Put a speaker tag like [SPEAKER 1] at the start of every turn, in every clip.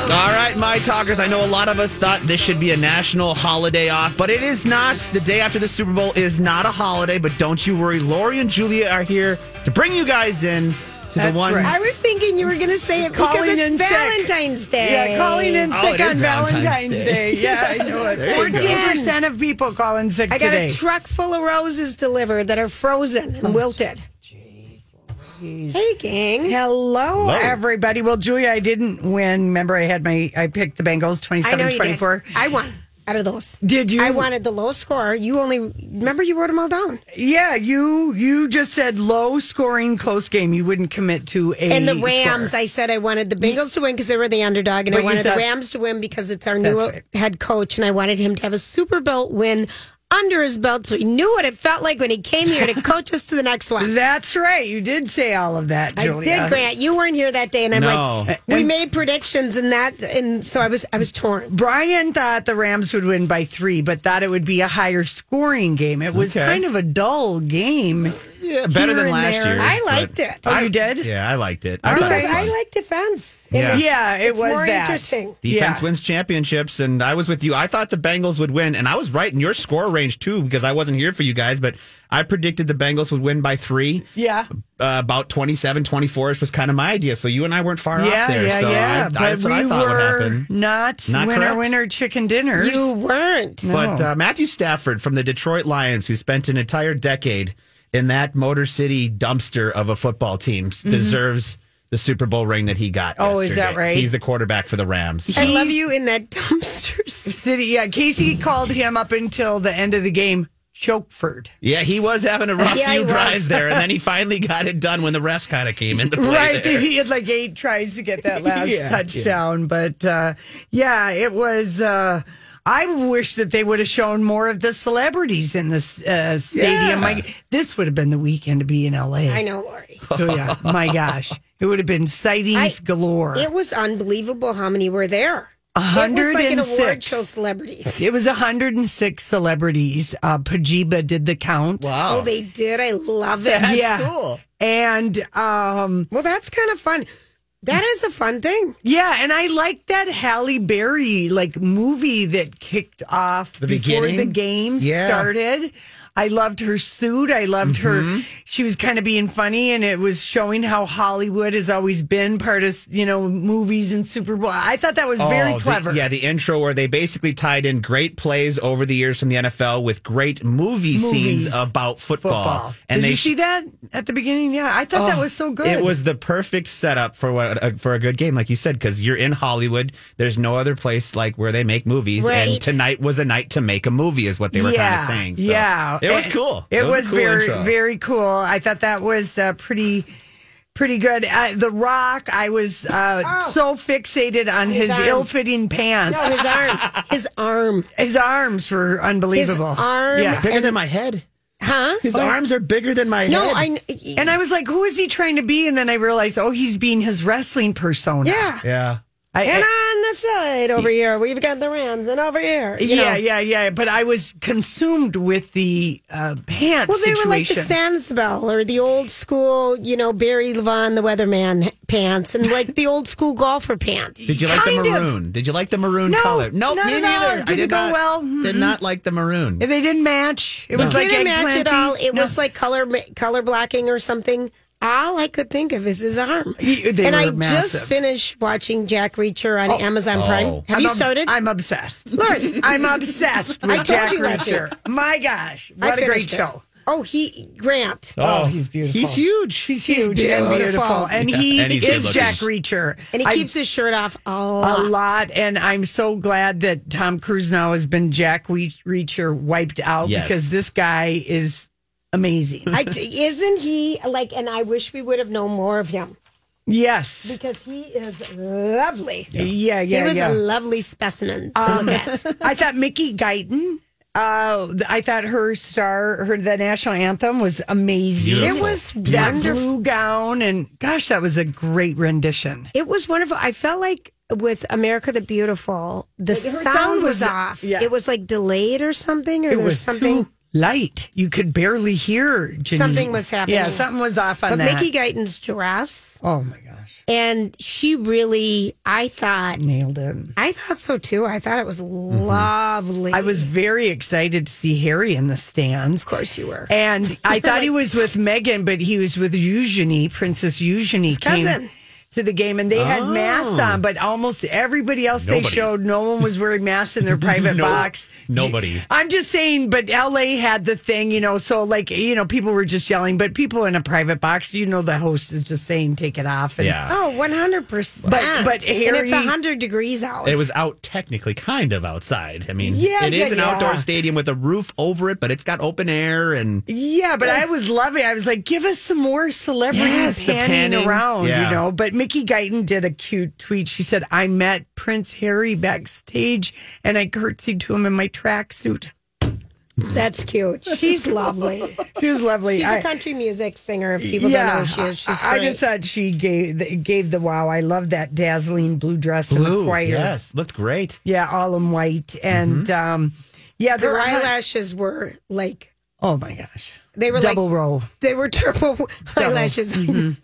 [SPEAKER 1] All right, my talkers. I know a lot of us thought this should be a national holiday off, but it is not. The day after the Super Bowl is not a holiday, but don't you worry. Lori and Julia are here to bring you guys in to the one.
[SPEAKER 2] I was thinking you were going to say it because
[SPEAKER 3] Calling in
[SPEAKER 2] it's
[SPEAKER 3] sick.
[SPEAKER 2] Valentine's Day.
[SPEAKER 3] Yeah, calling in
[SPEAKER 1] Oh,
[SPEAKER 3] sick
[SPEAKER 1] it
[SPEAKER 3] on
[SPEAKER 1] is Valentine's
[SPEAKER 3] Valentine's,
[SPEAKER 1] Day.
[SPEAKER 3] Day. Yeah, I know it.
[SPEAKER 1] There you go.
[SPEAKER 3] Fourteen percent of people call in sick
[SPEAKER 2] I got
[SPEAKER 3] today. Oh,
[SPEAKER 2] a truck full of roses delivered that are frozen and wilted. Hey, gang.
[SPEAKER 3] Hello,
[SPEAKER 1] Hello.
[SPEAKER 3] everybody. Well, Julia, I didn't win. Remember, I had my I picked the Bengals
[SPEAKER 2] I
[SPEAKER 3] 27
[SPEAKER 2] know you did.
[SPEAKER 3] 24.
[SPEAKER 2] I won out of those.
[SPEAKER 3] Did you?
[SPEAKER 2] I wanted the low score. You only remember you wrote them all down.
[SPEAKER 3] Yeah, you you just said low scoring close game. You wouldn't commit to a
[SPEAKER 2] And the Rams,
[SPEAKER 3] score.
[SPEAKER 2] I said I wanted the Bengals to win because they were the underdog, and
[SPEAKER 3] But
[SPEAKER 2] I
[SPEAKER 3] you
[SPEAKER 2] wanted
[SPEAKER 3] thought-
[SPEAKER 2] the Rams to win because it's our new
[SPEAKER 3] That's right.
[SPEAKER 2] head coach, and I wanted him to have a Super Bowl win under his belt, so he knew what it felt like when he came here to coach us to the next one.
[SPEAKER 3] That's right. You did say all of that,
[SPEAKER 2] I
[SPEAKER 3] Julia.
[SPEAKER 2] did, Grant. You weren't here that day, and I'm
[SPEAKER 1] No.
[SPEAKER 2] like, we made predictions, and that, and so I was, I was torn.
[SPEAKER 3] Brian thought the Rams would win by three, but thought it would be a higher scoring game. It was
[SPEAKER 1] Okay.
[SPEAKER 3] kind of a dull game.
[SPEAKER 1] yeah, better
[SPEAKER 3] here
[SPEAKER 1] than
[SPEAKER 3] and
[SPEAKER 1] last
[SPEAKER 3] there.
[SPEAKER 1] year.
[SPEAKER 2] I liked it.
[SPEAKER 3] Oh, you did?
[SPEAKER 1] Yeah, I liked it. I
[SPEAKER 3] All
[SPEAKER 1] thought it
[SPEAKER 2] Because
[SPEAKER 1] was
[SPEAKER 3] right.
[SPEAKER 2] I
[SPEAKER 1] fun.
[SPEAKER 2] like defense.
[SPEAKER 1] Yeah.
[SPEAKER 3] Yeah, it
[SPEAKER 2] It's
[SPEAKER 3] was
[SPEAKER 2] more
[SPEAKER 3] that.
[SPEAKER 2] interesting.
[SPEAKER 1] Defense
[SPEAKER 3] Yeah.
[SPEAKER 1] wins championships, and I was with you. I thought the Bengals would win, and I was right in your score range too because I wasn't here for you guys, but I predicted the Bengals would win by three.
[SPEAKER 3] Yeah.
[SPEAKER 1] Uh, about 27, 24 ish was kind of my idea. So you and I weren't far
[SPEAKER 3] Yeah,
[SPEAKER 1] off there.
[SPEAKER 3] yeah,
[SPEAKER 1] so
[SPEAKER 3] yeah.
[SPEAKER 1] I, I,
[SPEAKER 3] but
[SPEAKER 1] that's what
[SPEAKER 3] we
[SPEAKER 1] I thought
[SPEAKER 3] were Mm,
[SPEAKER 1] would happen.
[SPEAKER 3] Not,
[SPEAKER 1] Not
[SPEAKER 3] winner,
[SPEAKER 1] correct.
[SPEAKER 3] winner, chicken dinners.
[SPEAKER 2] You weren't.
[SPEAKER 1] But uh, Matthew Stafford from the Detroit Lions, who spent an entire decade in that Motor City dumpster of a football team, deserves the Super Bowl ring that he got.
[SPEAKER 3] Mm-hmm. Oh, is
[SPEAKER 1] yesterday.
[SPEAKER 3] that right?
[SPEAKER 1] He's the quarterback for the Rams.
[SPEAKER 2] I love
[SPEAKER 3] he's-
[SPEAKER 2] you in that dumpster.
[SPEAKER 3] City, yeah. Casey called him up until the end of the game. Chokeford.
[SPEAKER 1] Yeah, he was having a rough
[SPEAKER 2] Yeah, he
[SPEAKER 1] few
[SPEAKER 2] was.
[SPEAKER 1] drives there, and then he finally got it done when the rest kind of came into play.
[SPEAKER 3] Right.
[SPEAKER 1] there.
[SPEAKER 3] He had like eight tries to get that last
[SPEAKER 1] Yeah,
[SPEAKER 3] touchdown. But uh, yeah, it was. Uh, I wish that they would have shown more of the celebrities in this uh,
[SPEAKER 1] Yeah.
[SPEAKER 3] stadium. Like, this would have been the weekend to be in LA.
[SPEAKER 2] I know, Lori.
[SPEAKER 3] So, yeah, my gosh. It would have been sightings
[SPEAKER 2] I-
[SPEAKER 3] galore.
[SPEAKER 2] It was unbelievable how many were there. It was like an award
[SPEAKER 3] 106.
[SPEAKER 2] show celebrities.
[SPEAKER 3] It was 106 celebrities. Uh, Pajiba did the count.
[SPEAKER 1] Wow.
[SPEAKER 2] Oh, they did. I love it.
[SPEAKER 1] That's
[SPEAKER 3] Yeah.
[SPEAKER 1] cool.
[SPEAKER 3] And um,
[SPEAKER 2] Well, that's kind of fun. That is a fun thing.
[SPEAKER 3] yeah, and I like that Halle Berry like movie that kicked off
[SPEAKER 1] The
[SPEAKER 3] before the
[SPEAKER 1] beginning?
[SPEAKER 3] game
[SPEAKER 1] Yeah.
[SPEAKER 3] started. I loved her suit. I loved
[SPEAKER 1] Mm-hmm.
[SPEAKER 3] her. She was kind of being funny, and it was showing how Hollywood has always been part of you know movies and Super Bowl. I thought that was
[SPEAKER 1] Oh,
[SPEAKER 3] very
[SPEAKER 1] the-
[SPEAKER 3] clever.
[SPEAKER 1] yeah, the intro where they basically tied in great plays over the years from the NFL with great movie scenes
[SPEAKER 3] Movies.
[SPEAKER 1] about football.
[SPEAKER 3] Football.
[SPEAKER 1] And
[SPEAKER 3] Did
[SPEAKER 1] they Oh,
[SPEAKER 3] you see that at the beginning? Yeah, I thought that was so good.
[SPEAKER 1] It was the perfect setup for what uh, for a good game, like you said, because you're in Hollywood. There's no other place like where they make movies,
[SPEAKER 2] Right.
[SPEAKER 1] and tonight was a night to make a movie, is what they were kind
[SPEAKER 3] yeah,
[SPEAKER 1] of saying. So
[SPEAKER 3] yeah,
[SPEAKER 1] it was cool.
[SPEAKER 3] It, was,
[SPEAKER 1] a cool
[SPEAKER 3] very,
[SPEAKER 1] intro.
[SPEAKER 3] very cool. I thought that was uh, pretty, pretty good. Uh, the Rock, I was uh, so fixated on his
[SPEAKER 2] Oh. arm.
[SPEAKER 3] ill-fitting pants.
[SPEAKER 2] No, his arm. His arm.
[SPEAKER 3] His arms were unbelievable.
[SPEAKER 2] arm-
[SPEAKER 3] yeah.
[SPEAKER 1] bigger than my head.
[SPEAKER 2] Huh?
[SPEAKER 1] His arms are bigger than my
[SPEAKER 2] No,
[SPEAKER 1] head.
[SPEAKER 2] I. kn-
[SPEAKER 3] And Oh. I was like, "Who is he trying to be?" And then I realized, "Oh, he's being his wrestling persona."
[SPEAKER 2] Yeah.
[SPEAKER 1] Yeah.
[SPEAKER 3] I,
[SPEAKER 2] And on the side over here, we've got the Rams, and over here, you
[SPEAKER 3] yeah,
[SPEAKER 2] know.
[SPEAKER 3] yeah, yeah. But I was consumed with the uh, pants.
[SPEAKER 2] Well, they were like the
[SPEAKER 3] situation.
[SPEAKER 2] Sandsbell or the old school, you know, Barry Levon, the weatherman pants, and like the old school golfer pants.
[SPEAKER 1] Did you like
[SPEAKER 3] Kind
[SPEAKER 1] the
[SPEAKER 3] of.
[SPEAKER 1] maroon? Did you like the maroon
[SPEAKER 3] No,
[SPEAKER 1] color? No,
[SPEAKER 3] not
[SPEAKER 1] me
[SPEAKER 3] at all.
[SPEAKER 1] neither.
[SPEAKER 3] It
[SPEAKER 1] I
[SPEAKER 3] didn't
[SPEAKER 1] did
[SPEAKER 3] go
[SPEAKER 1] not,
[SPEAKER 3] well.
[SPEAKER 1] Did not like the maroon.
[SPEAKER 3] They didn't match. It was
[SPEAKER 2] It
[SPEAKER 3] like
[SPEAKER 2] didn't match at
[SPEAKER 3] eggplant-y.
[SPEAKER 2] all. It
[SPEAKER 3] No.
[SPEAKER 2] was like color color blocking or something. all I could think of is his arm.
[SPEAKER 3] Y- they
[SPEAKER 2] and
[SPEAKER 3] were
[SPEAKER 2] I
[SPEAKER 3] massive.
[SPEAKER 2] just finished watching Jack Reacher on Amazon Prime.
[SPEAKER 1] Oh.
[SPEAKER 2] Have
[SPEAKER 3] I'm
[SPEAKER 2] you
[SPEAKER 3] ob-
[SPEAKER 2] started?
[SPEAKER 3] I'm obsessed. Lord, I'm obsessed with
[SPEAKER 2] I told
[SPEAKER 3] Jack
[SPEAKER 2] you last
[SPEAKER 3] Reacher.
[SPEAKER 2] year.
[SPEAKER 3] My gosh,
[SPEAKER 2] I
[SPEAKER 3] what a great
[SPEAKER 2] finished it.
[SPEAKER 3] show.
[SPEAKER 2] Oh, he Grant.
[SPEAKER 3] Oh, he's beautiful.
[SPEAKER 1] He's huge.
[SPEAKER 3] He's
[SPEAKER 2] He's
[SPEAKER 3] huge and
[SPEAKER 2] beautiful.
[SPEAKER 3] beautiful. And he
[SPEAKER 1] Yeah, and he's good
[SPEAKER 3] is
[SPEAKER 1] looking.
[SPEAKER 3] Jack Reacher.
[SPEAKER 2] And he
[SPEAKER 3] I-
[SPEAKER 2] keeps his shirt off a
[SPEAKER 3] a
[SPEAKER 2] lot.
[SPEAKER 3] lot. And I'm so glad that Tom Cruise now has been Jack We- Reacher wiped out
[SPEAKER 1] Yes.
[SPEAKER 3] because this guy is amazing.
[SPEAKER 2] I t- isn't he like? And I wish we would have known more of him
[SPEAKER 3] yes.
[SPEAKER 2] because he is lovely.
[SPEAKER 3] Yeah, yeah, yeah. Oh,
[SPEAKER 2] he was a lovely specimen to look at.
[SPEAKER 3] I thought Mickey Guyton. Uh, I thought her star, her the national anthem was amazing.
[SPEAKER 1] Beautiful.
[SPEAKER 2] It was
[SPEAKER 3] that
[SPEAKER 2] wonderful.
[SPEAKER 3] blue gown, and gosh, that was a great rendition.
[SPEAKER 2] It was wonderful. I felt like with America the Beautiful, the sound,
[SPEAKER 3] sound
[SPEAKER 2] was,
[SPEAKER 3] was-
[SPEAKER 2] off.
[SPEAKER 3] yeah.
[SPEAKER 2] It was like delayed or something, or
[SPEAKER 3] It
[SPEAKER 2] there was
[SPEAKER 3] was
[SPEAKER 2] something.
[SPEAKER 3] too light; you could barely hear. Janine.
[SPEAKER 2] Something was happening.
[SPEAKER 3] Yeah, something was off on
[SPEAKER 2] but
[SPEAKER 3] that.
[SPEAKER 2] Mickey Guyton's dress,
[SPEAKER 3] oh my gosh,
[SPEAKER 2] and she really, I thought,
[SPEAKER 3] nailed it!
[SPEAKER 2] I thought so too. I thought it was lovely.
[SPEAKER 3] Mm-hmm. I was very excited to see Harry in the stands.
[SPEAKER 2] of course, you were.
[SPEAKER 3] And I thought he was with Megan, but he was with Eugenie, Princess Eugenie came
[SPEAKER 2] cousin.
[SPEAKER 3] to the game and they had
[SPEAKER 1] Oh.
[SPEAKER 3] masks on, but almost everybody else they
[SPEAKER 1] Nobody.
[SPEAKER 3] showed, no one was wearing masks in their private
[SPEAKER 1] No-
[SPEAKER 3] box.
[SPEAKER 1] nobody.
[SPEAKER 3] I'm just saying, but LA had the thing, you know, so like, you know, people were just yelling, but people in a private box, you know, the host is just saying, take it off. And
[SPEAKER 1] Yeah.
[SPEAKER 2] Oh, 100%.
[SPEAKER 3] But- but
[SPEAKER 2] and
[SPEAKER 3] Harry-
[SPEAKER 2] it's 100 degrees out.
[SPEAKER 1] It was out technically, kind of outside. I mean,
[SPEAKER 3] Oh, Yeah,
[SPEAKER 1] it is
[SPEAKER 3] yeah,
[SPEAKER 1] an
[SPEAKER 3] yeah.
[SPEAKER 1] outdoor stadium with a roof over it, but it's got open air and
[SPEAKER 3] Yeah, but I was loving. I was like, give us some more celebrities
[SPEAKER 1] Yes, the
[SPEAKER 3] panning,
[SPEAKER 1] panning.
[SPEAKER 3] around,
[SPEAKER 1] Yeah.
[SPEAKER 3] you know. But Mickey Guyton did a cute tweet. She said, "I met Prince Harry backstage, and I curtsied to him in my tracksuit."
[SPEAKER 2] That's cute. She's lovely.
[SPEAKER 3] She was lovely.
[SPEAKER 2] She's
[SPEAKER 3] I-
[SPEAKER 2] a country music singer. If people don't know who she is, she's great.
[SPEAKER 3] I I just thought she gave the- gave the wow. I love that dazzling blue dress and the
[SPEAKER 1] blue.
[SPEAKER 3] choir.
[SPEAKER 1] Yes, looked great.
[SPEAKER 3] Yeah, all in white, and
[SPEAKER 1] Mm-hmm.
[SPEAKER 3] um, yeah, there
[SPEAKER 2] her
[SPEAKER 3] were.
[SPEAKER 2] eyelashes were like
[SPEAKER 3] oh my gosh,
[SPEAKER 2] they were
[SPEAKER 3] double
[SPEAKER 2] like
[SPEAKER 3] row.
[SPEAKER 2] they were triple eyelashes. I know.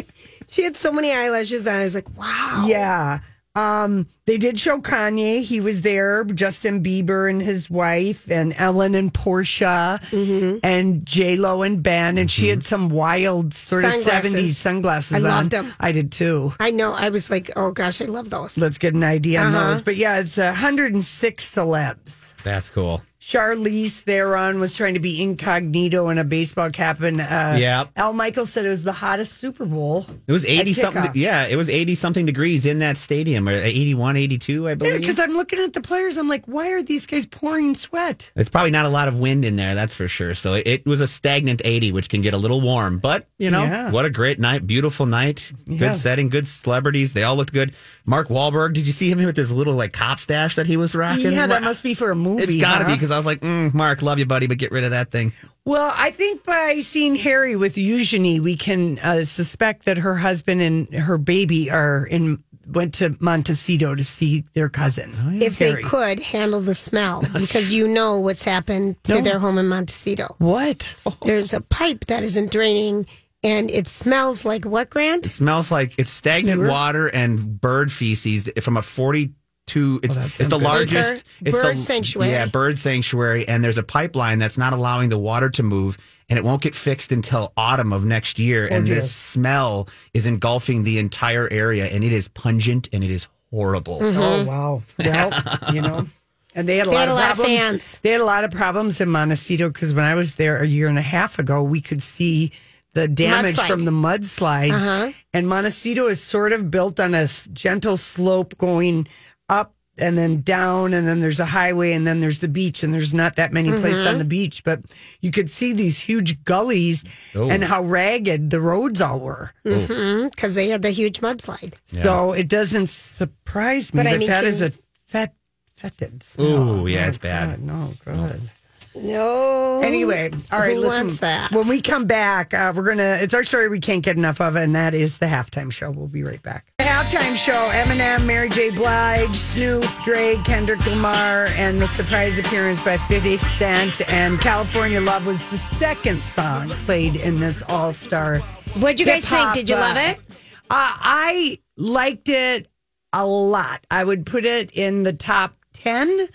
[SPEAKER 2] she had so many eyelashes on. I was like, wow.
[SPEAKER 3] Yeah. Um, they did show Kanye. He was there, Justin Bieber and his wife, and Ellen and Portia,
[SPEAKER 2] Mm-hmm.
[SPEAKER 3] and J Lo and Ben. And she had some wild sort
[SPEAKER 2] Sunglasses.
[SPEAKER 3] of 70s sunglasses
[SPEAKER 2] I
[SPEAKER 3] on.
[SPEAKER 2] loved 'em.
[SPEAKER 3] I did too.
[SPEAKER 2] I know. I was like, oh gosh, I love those.
[SPEAKER 3] Let's get an idea on
[SPEAKER 2] Uh-huh.
[SPEAKER 3] those. But yeah, it's 106 celebs.
[SPEAKER 1] That's cool.
[SPEAKER 3] Charlize Theron was trying to be incognito in a baseball cap. And uh,
[SPEAKER 1] Yep.
[SPEAKER 3] Al Michael said it was the hottest Super Bowl.
[SPEAKER 1] It was 80
[SPEAKER 3] At
[SPEAKER 1] something.
[SPEAKER 3] kickoff.
[SPEAKER 1] Yeah, it was 80 something degrees in that stadium, or 81, 82, I
[SPEAKER 3] Yeah,
[SPEAKER 1] believe.
[SPEAKER 3] because I'm looking at the players. I'm like, why are these guys pouring sweat?
[SPEAKER 1] it's probably not a lot of wind in there, that's for sure. So it, it was a stagnant 80, which can get a little warm. But, you know,
[SPEAKER 3] Yeah.
[SPEAKER 1] what a great night. Beautiful night.
[SPEAKER 3] Yeah.
[SPEAKER 1] Good setting, good celebrities. They all looked good. Mark Wahlberg, did you see him with his little like cop stash that he was rocking?
[SPEAKER 3] Yeah, that
[SPEAKER 1] Wow.
[SPEAKER 3] must be for a movie.
[SPEAKER 1] It's got to be
[SPEAKER 3] huh?
[SPEAKER 1] because I was like, mm, Mark, love you, buddy, but get rid of that thing.
[SPEAKER 3] Well, I think by seeing Harry with Eugenie, we can uh, suspect that her husband and her baby are in went to Montecito to see their cousin.
[SPEAKER 1] Oh,
[SPEAKER 2] If they could handle the smell, because you know what's happened to their home in Montecito.
[SPEAKER 3] What?
[SPEAKER 1] Oh,
[SPEAKER 2] There's a pipe that isn't draining, and it smells like what, Grant?
[SPEAKER 1] It smells like it's stagnant water and bird feces from a
[SPEAKER 3] Oh,
[SPEAKER 1] 42. It's, it's the largest
[SPEAKER 2] Acre
[SPEAKER 1] it's the-
[SPEAKER 2] bird sanctuary.
[SPEAKER 1] Yeah, bird sanctuary. And there's a pipeline that's not allowing the water to move, and it won't get fixed until autumn of next year.
[SPEAKER 3] Oh,
[SPEAKER 1] and this smell is engulfing the entire area, and it is pungent and it is horrible.
[SPEAKER 2] Mm-hmm.
[SPEAKER 3] Oh wow. Well, you know. And they had a
[SPEAKER 2] They
[SPEAKER 3] lot
[SPEAKER 2] had
[SPEAKER 3] of
[SPEAKER 2] a lot of
[SPEAKER 3] problems.
[SPEAKER 2] fans.
[SPEAKER 3] They had a lot of problems in Montecito because when I was there a year and a half ago, we could see the damage
[SPEAKER 2] Mudslide. Uh-huh.
[SPEAKER 3] from the mudslides. And Montecito is sort of built on a s- gentle slope going up and then down, and then there's a highway, and then there's the beach, and there's not that many places
[SPEAKER 2] Mm-hmm.
[SPEAKER 3] on the beach, but you could see these huge gullies and how ragged the roads all were.
[SPEAKER 2] Because they had the huge mudslide.
[SPEAKER 3] So it doesn't surprise me
[SPEAKER 2] But I
[SPEAKER 3] that
[SPEAKER 2] mean,
[SPEAKER 3] that
[SPEAKER 2] can-
[SPEAKER 3] is a fet- fetid smell. Oh
[SPEAKER 1] Ooh, yeah, it's bad.
[SPEAKER 3] God, no, God.
[SPEAKER 2] No.
[SPEAKER 3] Anyway, all right,
[SPEAKER 2] Who
[SPEAKER 3] listen.
[SPEAKER 2] wants that?
[SPEAKER 3] When we come back, uh, we're gonna. It's our story we can't get enough of, and that is the halftime show. We'll be right back. The halftime show: Eminem, Mary J. Blige, Snoop, Dre, Kendrick Lamar, and the surprise appearance by Fifty Cent. And California Love was the second song played in this All Star.
[SPEAKER 2] What'd you guys think?
[SPEAKER 3] hip-hop,
[SPEAKER 2] Did you
[SPEAKER 3] uh,
[SPEAKER 2] love it?
[SPEAKER 3] Uh, I liked it a lot. I would put it in the top 10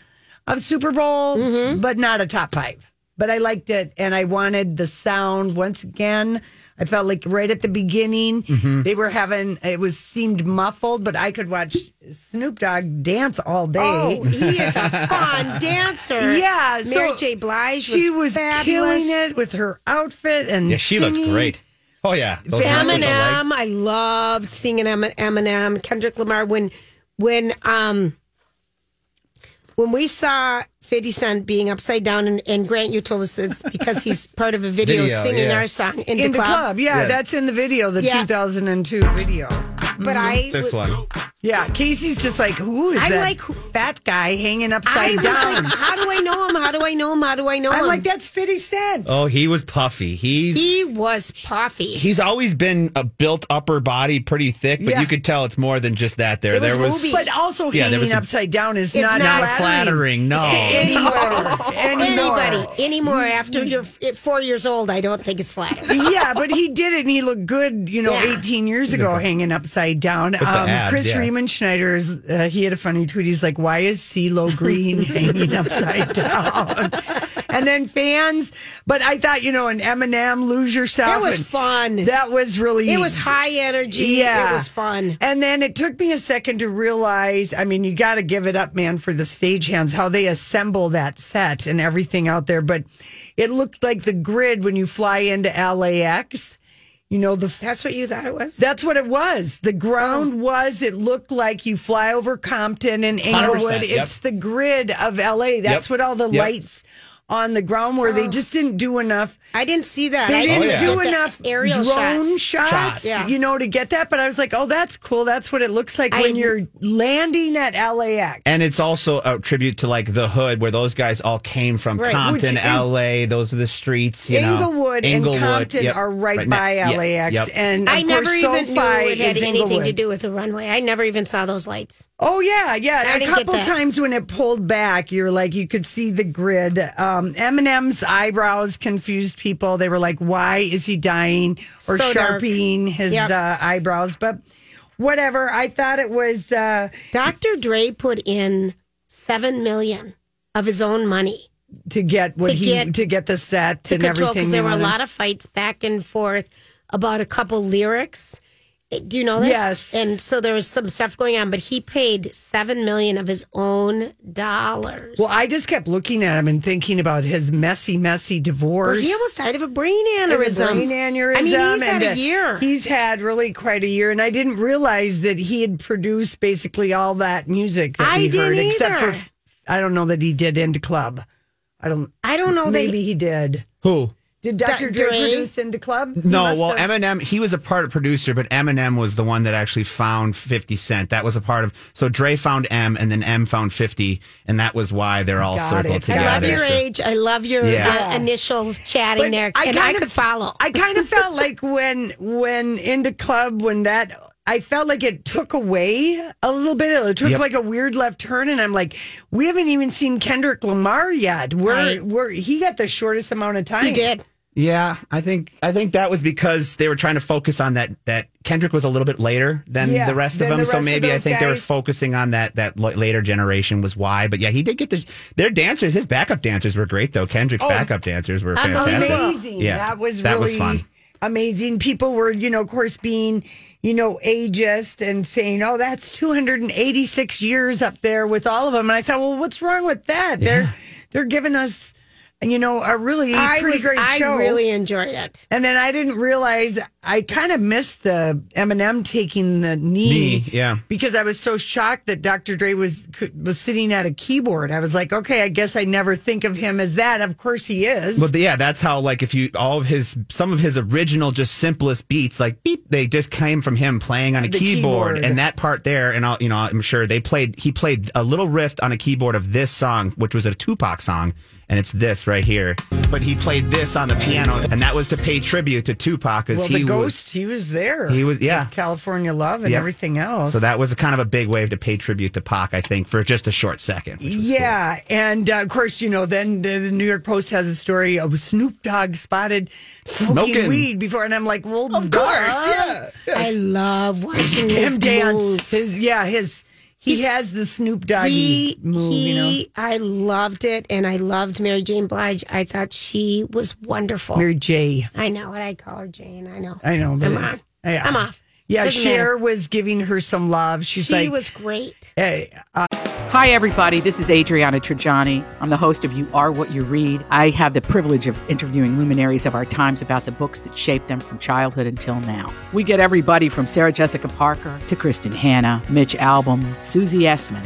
[SPEAKER 3] of Super Bowl,
[SPEAKER 2] Mm-hmm.
[SPEAKER 3] but not a top five. But I liked it and I wanted the sound. Once again, I felt like right at the beginning
[SPEAKER 2] Mm-hmm.
[SPEAKER 3] they were having it was seemed muffled, but I could watch Snoop Dogg dance all day.
[SPEAKER 2] Oh, he is a fun dancer.
[SPEAKER 3] Yeah,
[SPEAKER 2] Mary
[SPEAKER 3] so
[SPEAKER 2] J. Blige was
[SPEAKER 3] she was
[SPEAKER 2] fabulous.
[SPEAKER 3] killing it with her outfit and
[SPEAKER 1] Yeah, she looked
[SPEAKER 3] singing.
[SPEAKER 1] great. Oh yeah, Those legs with the legs.
[SPEAKER 2] Eminem, I loved singing Em- Eminem, Kendrick Lamar. When when um when we saw Fifty Cent being upside down, and, and Grant, you told us it's because he's part of a video,
[SPEAKER 1] Video,
[SPEAKER 2] singing
[SPEAKER 1] yeah.
[SPEAKER 2] our song in,
[SPEAKER 3] in the club. Yeah,
[SPEAKER 1] Yeah.
[SPEAKER 3] that's in the video, the
[SPEAKER 2] Yeah.
[SPEAKER 3] 2002 video.
[SPEAKER 2] But
[SPEAKER 3] Mm-hmm.
[SPEAKER 2] I
[SPEAKER 1] This one.
[SPEAKER 3] Yeah, Casey's just like, who is
[SPEAKER 2] I
[SPEAKER 3] that
[SPEAKER 2] like-
[SPEAKER 3] fat guy hanging
[SPEAKER 2] I
[SPEAKER 3] upside
[SPEAKER 2] was
[SPEAKER 3] down?
[SPEAKER 2] like, how do I know him? How do I know him? How do I know him?
[SPEAKER 3] I'm like, that's 50 Cent.
[SPEAKER 1] Oh, he was puffy. He's
[SPEAKER 2] He was puffy.
[SPEAKER 1] he's always been a built upper body, pretty thick, but
[SPEAKER 3] Yeah.
[SPEAKER 1] you could tell it's more than just that. There,
[SPEAKER 2] It was
[SPEAKER 1] there was
[SPEAKER 2] movie.
[SPEAKER 3] But also
[SPEAKER 1] Yeah, there
[SPEAKER 3] hanging
[SPEAKER 1] was some-
[SPEAKER 3] upside down is
[SPEAKER 2] It's
[SPEAKER 3] not,
[SPEAKER 2] not
[SPEAKER 1] not flattering. No,
[SPEAKER 3] Oh.
[SPEAKER 2] anymore,
[SPEAKER 3] Anymore.
[SPEAKER 2] anybody, anymore after you're f- four years old, I don't think it's flattering.
[SPEAKER 3] yeah, but he did it and he looked good, you know,
[SPEAKER 2] Yeah.
[SPEAKER 3] 18 years ago hanging upside down. Um,
[SPEAKER 1] abs,
[SPEAKER 3] Chris
[SPEAKER 1] yeah.
[SPEAKER 3] Riemann Schneider, is, uh, he had a funny tweet. He's like, why is CeeLo Green hanging upside down? And then fans, but I thought, you know, an Eminem, lose yourself.
[SPEAKER 2] That was
[SPEAKER 3] and-
[SPEAKER 2] fun.
[SPEAKER 3] That was really.
[SPEAKER 2] It was high energy. It was fun.
[SPEAKER 3] And then it took me a second to realize I mean, you got to give it up, man, for the stagehands, how they assemble that set and everything out there. But it looked like the grid when you fly into LAX. You know, the
[SPEAKER 2] That's Oh. what you thought it was?
[SPEAKER 3] that's what it was. The ground was, it looked like you fly over Compton and Inglewood.
[SPEAKER 1] 100%, yep.
[SPEAKER 3] It's the grid of LA. That's
[SPEAKER 1] Yep,
[SPEAKER 3] what all the
[SPEAKER 1] yep.
[SPEAKER 3] lights on the ground were.
[SPEAKER 2] Oh.
[SPEAKER 3] They just didn't do enough
[SPEAKER 2] I didn't see that.
[SPEAKER 3] they
[SPEAKER 2] I
[SPEAKER 3] didn't
[SPEAKER 1] yeah.
[SPEAKER 3] do
[SPEAKER 2] get the
[SPEAKER 3] enough
[SPEAKER 2] aerial
[SPEAKER 3] drone shots,
[SPEAKER 2] shots.
[SPEAKER 1] Shots.
[SPEAKER 2] Yeah.
[SPEAKER 3] you know, to get that. But I was like, oh, that's cool. That's what it looks like
[SPEAKER 2] I-
[SPEAKER 3] when you're landing at LAX.
[SPEAKER 1] and it's also a tribute to like the hood where those guys all came from
[SPEAKER 3] Right,
[SPEAKER 1] Compton,
[SPEAKER 3] which is-
[SPEAKER 1] LA. Those are the streets. You know,
[SPEAKER 3] Inglewood and
[SPEAKER 1] Inglewood,
[SPEAKER 3] Compton
[SPEAKER 1] yep,
[SPEAKER 3] are right,
[SPEAKER 1] ne-
[SPEAKER 3] by
[SPEAKER 1] yep,
[SPEAKER 3] LAX,
[SPEAKER 1] yep.
[SPEAKER 3] and of
[SPEAKER 2] I never
[SPEAKER 3] course,
[SPEAKER 2] even
[SPEAKER 3] SoFi
[SPEAKER 2] knew it had
[SPEAKER 3] is
[SPEAKER 2] anything to
[SPEAKER 3] Inglewood.
[SPEAKER 2] do with the runway. I never even saw those lights.
[SPEAKER 3] Oh yeah, yeah.
[SPEAKER 2] I
[SPEAKER 3] And A
[SPEAKER 2] didn't get
[SPEAKER 3] couple
[SPEAKER 2] that.
[SPEAKER 3] times when it pulled back, you're like you could see the grid. Um, Eminem's eyebrows confused people. They were like, "Why is he dying or
[SPEAKER 2] So dark.
[SPEAKER 3] sharpening his
[SPEAKER 2] Yep.
[SPEAKER 3] uh, eyebrows?" But whatever. I thought it was. Uh,
[SPEAKER 2] Dr. Dre put in seven million of his own money
[SPEAKER 3] to get what
[SPEAKER 2] To
[SPEAKER 3] he
[SPEAKER 2] get-
[SPEAKER 3] to get the set
[SPEAKER 2] to
[SPEAKER 3] and
[SPEAKER 2] control
[SPEAKER 3] everything.
[SPEAKER 2] because
[SPEAKER 3] they
[SPEAKER 2] there were a
[SPEAKER 3] wanted.
[SPEAKER 2] lot of fights back and forth about a couple lyrics. Eh, Do you know this?
[SPEAKER 3] Yes.
[SPEAKER 2] And so there was some stuff going on, but he paid seven million of his own dollars.
[SPEAKER 3] Well, I just kept looking at him and thinking about his messy, messy divorce.
[SPEAKER 2] Well, he almost died of a brain
[SPEAKER 3] It
[SPEAKER 2] aneurysm.
[SPEAKER 3] was a brain aneurysm.
[SPEAKER 2] I mean, he's
[SPEAKER 3] and uh,
[SPEAKER 2] had a
[SPEAKER 3] the-
[SPEAKER 2] year.
[SPEAKER 3] He's had really quite a year, and I didn't realize that he had produced basically all that music that
[SPEAKER 2] I
[SPEAKER 3] we heard,
[SPEAKER 2] didn't
[SPEAKER 3] except
[SPEAKER 2] either.
[SPEAKER 3] for I don't know that he did Into Club. I don't.
[SPEAKER 2] I don't know that
[SPEAKER 3] Maybe he did.
[SPEAKER 1] Who?
[SPEAKER 3] Did Dr.
[SPEAKER 2] Dr.
[SPEAKER 3] Dre
[SPEAKER 2] Dre?
[SPEAKER 3] produce Into Club? He
[SPEAKER 1] No,
[SPEAKER 3] must
[SPEAKER 1] well,
[SPEAKER 3] have.
[SPEAKER 1] Eminem, he was a part of producer, but Eminem was the one that actually found 50 Cent. That was a part of, so Dre found M and then M found 50, and that was why they're all
[SPEAKER 3] Got
[SPEAKER 1] circled
[SPEAKER 3] it. I
[SPEAKER 2] I
[SPEAKER 1] together.
[SPEAKER 2] love your
[SPEAKER 1] so-
[SPEAKER 2] age. I love your
[SPEAKER 1] Yeah.
[SPEAKER 2] uh, initials chatting
[SPEAKER 3] But
[SPEAKER 2] there, and I
[SPEAKER 3] kinda-
[SPEAKER 2] could follow.
[SPEAKER 3] I kind of felt like when when into club when that I felt like it took away a little bit. It took
[SPEAKER 1] Yep.
[SPEAKER 3] like a weird left turn, and I'm like, we haven't even seen Kendrick Lamar yet. Where
[SPEAKER 2] Right.
[SPEAKER 3] where he got the shortest amount of time.
[SPEAKER 2] he did.
[SPEAKER 1] Yeah, I think I think that was because they were trying to focus on that. That Kendrick was a little bit later than
[SPEAKER 3] Yeah,
[SPEAKER 1] the rest of
[SPEAKER 3] than
[SPEAKER 1] them,
[SPEAKER 3] the
[SPEAKER 1] so
[SPEAKER 3] rest of
[SPEAKER 1] maybe I
[SPEAKER 3] those
[SPEAKER 1] think they were
[SPEAKER 3] guys.
[SPEAKER 1] focusing on that that lo- later generation was why. But yeah, he did get the their dancers. His backup dancers were great though. Kendrick's backup dancers were fantastic.
[SPEAKER 3] Oh, Amazing.
[SPEAKER 1] Yeah,
[SPEAKER 3] that was
[SPEAKER 1] that
[SPEAKER 3] really
[SPEAKER 1] was fun.
[SPEAKER 3] Amazing. People were, you know, of course, being, you know, ageist and saying, "Oh, that's 286 years up there with all of them." And I thought, well, what's wrong with that? They're they're giving us, you know, a really
[SPEAKER 2] I
[SPEAKER 3] pretty
[SPEAKER 2] was.
[SPEAKER 3] great
[SPEAKER 2] I
[SPEAKER 3] show.
[SPEAKER 2] really enjoyed it.
[SPEAKER 3] And then I didn't realize I kind of missed the Eminem taking the knee,
[SPEAKER 1] Knee, yeah.
[SPEAKER 3] because I was so shocked that Dr. Dre was could- was sitting at a keyboard. I was like, okay, I guess I never think of him as that. Of course he is.
[SPEAKER 1] But yeah, that's how like if you all of his some of his original just simplest beats like beep they just came from him playing on a
[SPEAKER 3] The
[SPEAKER 1] keyboard.
[SPEAKER 3] keyboard.
[SPEAKER 1] and that part there and I'll, you know I'm sure they played he played a little riff on a keyboard of this song which was a Tupac song and it's this right here but he played this on the piano and that was to pay tribute to Tupac because
[SPEAKER 3] well,
[SPEAKER 1] he
[SPEAKER 3] the
[SPEAKER 1] was
[SPEAKER 3] ghost, he was there.
[SPEAKER 1] he was- yeah.
[SPEAKER 3] with California Love and
[SPEAKER 1] Yep.
[SPEAKER 3] everything else.
[SPEAKER 1] so that was a kind of a big wave to pay tribute to Pac I think for just a short second which was cool.
[SPEAKER 3] Yeah, and uh, of course, you know, then the, the New York Post has a story of Snoop Dogg spotted smoking,
[SPEAKER 1] Smoking.
[SPEAKER 3] weed before, and I'm like, well, of
[SPEAKER 1] course, yeah,
[SPEAKER 2] I love
[SPEAKER 3] him
[SPEAKER 2] watching his
[SPEAKER 3] dance.
[SPEAKER 2] moves.
[SPEAKER 3] His yeah, his He
[SPEAKER 2] He's-
[SPEAKER 3] has the Snoop Doggy
[SPEAKER 2] he,
[SPEAKER 3] move, you know.
[SPEAKER 2] he- I loved it, and I loved Mary Jane Blige. I thought she was wonderful.
[SPEAKER 3] Mary J.
[SPEAKER 2] I know what I call her, Jane. I know.
[SPEAKER 3] I know, but
[SPEAKER 2] I'm off.
[SPEAKER 3] Yeah.
[SPEAKER 2] I'm off.
[SPEAKER 3] Yeah,
[SPEAKER 2] Doesn't
[SPEAKER 3] Cher
[SPEAKER 2] matter.
[SPEAKER 3] was giving her some love. She's
[SPEAKER 2] She
[SPEAKER 3] like,
[SPEAKER 2] was great.
[SPEAKER 3] hey,
[SPEAKER 4] Hi, everybody. This is Adriana Trajani. I'm the host of You Are What You Read. I have the privilege of interviewing luminaries of our times about the books that shaped them from childhood until now. We get everybody from Sarah Jessica Parker to Kristen Hanna, Mitch Albom, Susie Essman,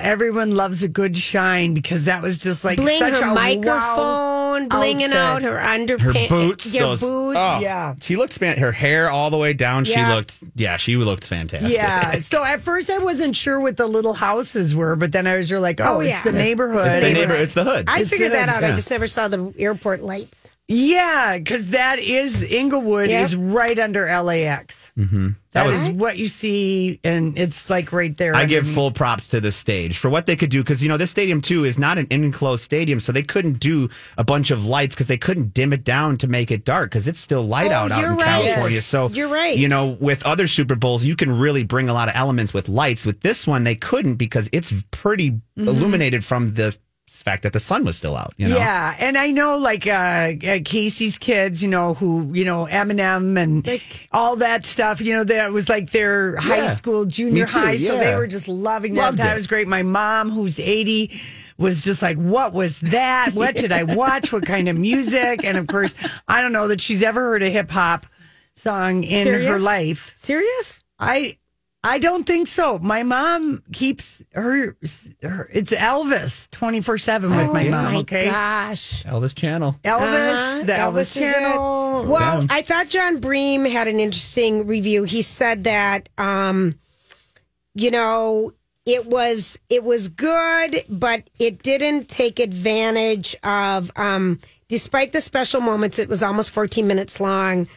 [SPEAKER 3] everyone loves a good shine because that was just like
[SPEAKER 2] Bling
[SPEAKER 3] such
[SPEAKER 2] her
[SPEAKER 3] a wow.
[SPEAKER 2] microphone, blinging
[SPEAKER 3] outfit.
[SPEAKER 2] out her
[SPEAKER 1] Her
[SPEAKER 2] underpants,
[SPEAKER 1] boots,
[SPEAKER 2] your
[SPEAKER 1] those,
[SPEAKER 2] boots.
[SPEAKER 1] oh,
[SPEAKER 3] yeah.
[SPEAKER 1] She looked span her hair all the way down.
[SPEAKER 3] Yeah.
[SPEAKER 1] She looked, yeah, she looked fantastic.
[SPEAKER 3] Yeah. So at first I wasn't sure what the little houses were, but then I was really like, oh,
[SPEAKER 2] Oh, yeah.
[SPEAKER 3] it's the neighborhood.
[SPEAKER 1] it's the neighbor, it's the hood.
[SPEAKER 2] I
[SPEAKER 3] It's
[SPEAKER 2] figured
[SPEAKER 3] good,
[SPEAKER 2] that out. I
[SPEAKER 1] yeah.
[SPEAKER 2] just never saw the airport lights.
[SPEAKER 3] Yeah, because that is Inglewood
[SPEAKER 2] Yep.
[SPEAKER 3] is right under LAX. Mm-hmm. that is what you see, and it's like right there.
[SPEAKER 1] I give
[SPEAKER 3] underneath.
[SPEAKER 1] full props to the stage for what they could do because you know this stadium too is not an enclosed stadium, so they couldn't do a bunch of lights because they couldn't dim it down to make it dark because it's still light
[SPEAKER 2] Oh,
[SPEAKER 1] out out
[SPEAKER 2] you're
[SPEAKER 1] in
[SPEAKER 2] right.
[SPEAKER 1] California. So
[SPEAKER 2] You're right.
[SPEAKER 1] You know, with other Super Bowls, you can really bring a lot of elements with lights. With this one, they couldn't because it's pretty
[SPEAKER 2] Mm-hmm.
[SPEAKER 1] illuminated from the fact that the sun was still out. You know,
[SPEAKER 3] Yeah, and I know like uh, uh, Casey's kids, you know, who you know Eminem and all that stuff. You know, that was like their high
[SPEAKER 1] Yeah.
[SPEAKER 3] school, junior
[SPEAKER 1] Me too,
[SPEAKER 3] high, so they
[SPEAKER 1] yeah.
[SPEAKER 3] were just loving that.
[SPEAKER 1] Loved
[SPEAKER 3] that
[SPEAKER 1] it.
[SPEAKER 3] was great. My mom, who's eighty. Was just like, what was that? What did I watch? What kind of music? And of course, I don't know that she's ever heard a hip hop song in her
[SPEAKER 2] Serious?
[SPEAKER 3] life.
[SPEAKER 2] Serious?
[SPEAKER 3] I I don't think so. My mom keeps her, her it's Elvis 24/7 with my
[SPEAKER 2] oh
[SPEAKER 3] mom,
[SPEAKER 2] my
[SPEAKER 3] okay?
[SPEAKER 2] gosh.
[SPEAKER 1] Elvis Channel.
[SPEAKER 3] Elvis,
[SPEAKER 2] Uh-huh.
[SPEAKER 3] the
[SPEAKER 2] Elvis
[SPEAKER 3] Elvis,
[SPEAKER 2] is it.
[SPEAKER 3] channel.
[SPEAKER 2] Well,
[SPEAKER 1] Yeah.
[SPEAKER 2] I thought John Bream had an interesting review. He said that, um, you know, it was it was good, but it didn't take advantage of. Um, despite the special moments, it was almost 14 minutes long.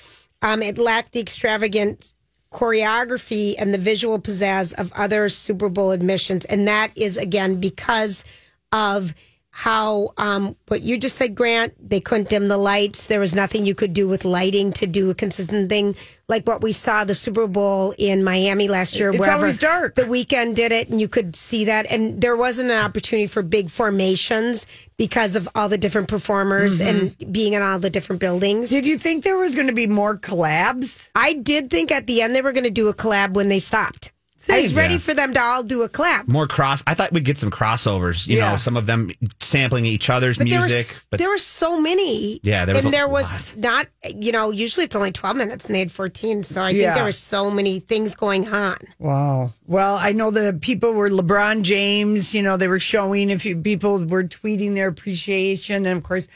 [SPEAKER 2] Um, it lacked the extravagant choreography and the visual pizzazz of other Super Bowl admissions, and that is again because of how um, what you just said, Grant. They couldn't dim the lights. There was nothing you could do with lighting to do a consistent thing like what we saw the Super Bowl in Miami last year.
[SPEAKER 3] It's
[SPEAKER 2] wherever
[SPEAKER 3] always dark.
[SPEAKER 2] The weekend did it, and you could see that. And there wasn't an opportunity for big formations because of all the different performers and being in all the different buildings.
[SPEAKER 3] Did Mm-hmm. you think there was going to be more collabs?
[SPEAKER 2] I did think at the end they were going to do a collab when they stopped. I was
[SPEAKER 3] Same.
[SPEAKER 2] ready
[SPEAKER 1] Yeah.
[SPEAKER 2] for them to all do a collab.
[SPEAKER 1] More cross. I thought we'd get some crossovers. You
[SPEAKER 3] Yeah.
[SPEAKER 1] know, some of them sampling each other's
[SPEAKER 2] But there,
[SPEAKER 1] music.
[SPEAKER 2] was, there were so many.
[SPEAKER 1] Yeah, there was
[SPEAKER 2] and
[SPEAKER 1] a
[SPEAKER 2] there was not, you know, usually it's only 12 minutes and they had 14. So I think
[SPEAKER 3] Yeah.
[SPEAKER 2] there were so many things going on.
[SPEAKER 3] Wow. Well, I know the people were LeBron James, you know, they were showing if you, people were tweeting their appreciation and of course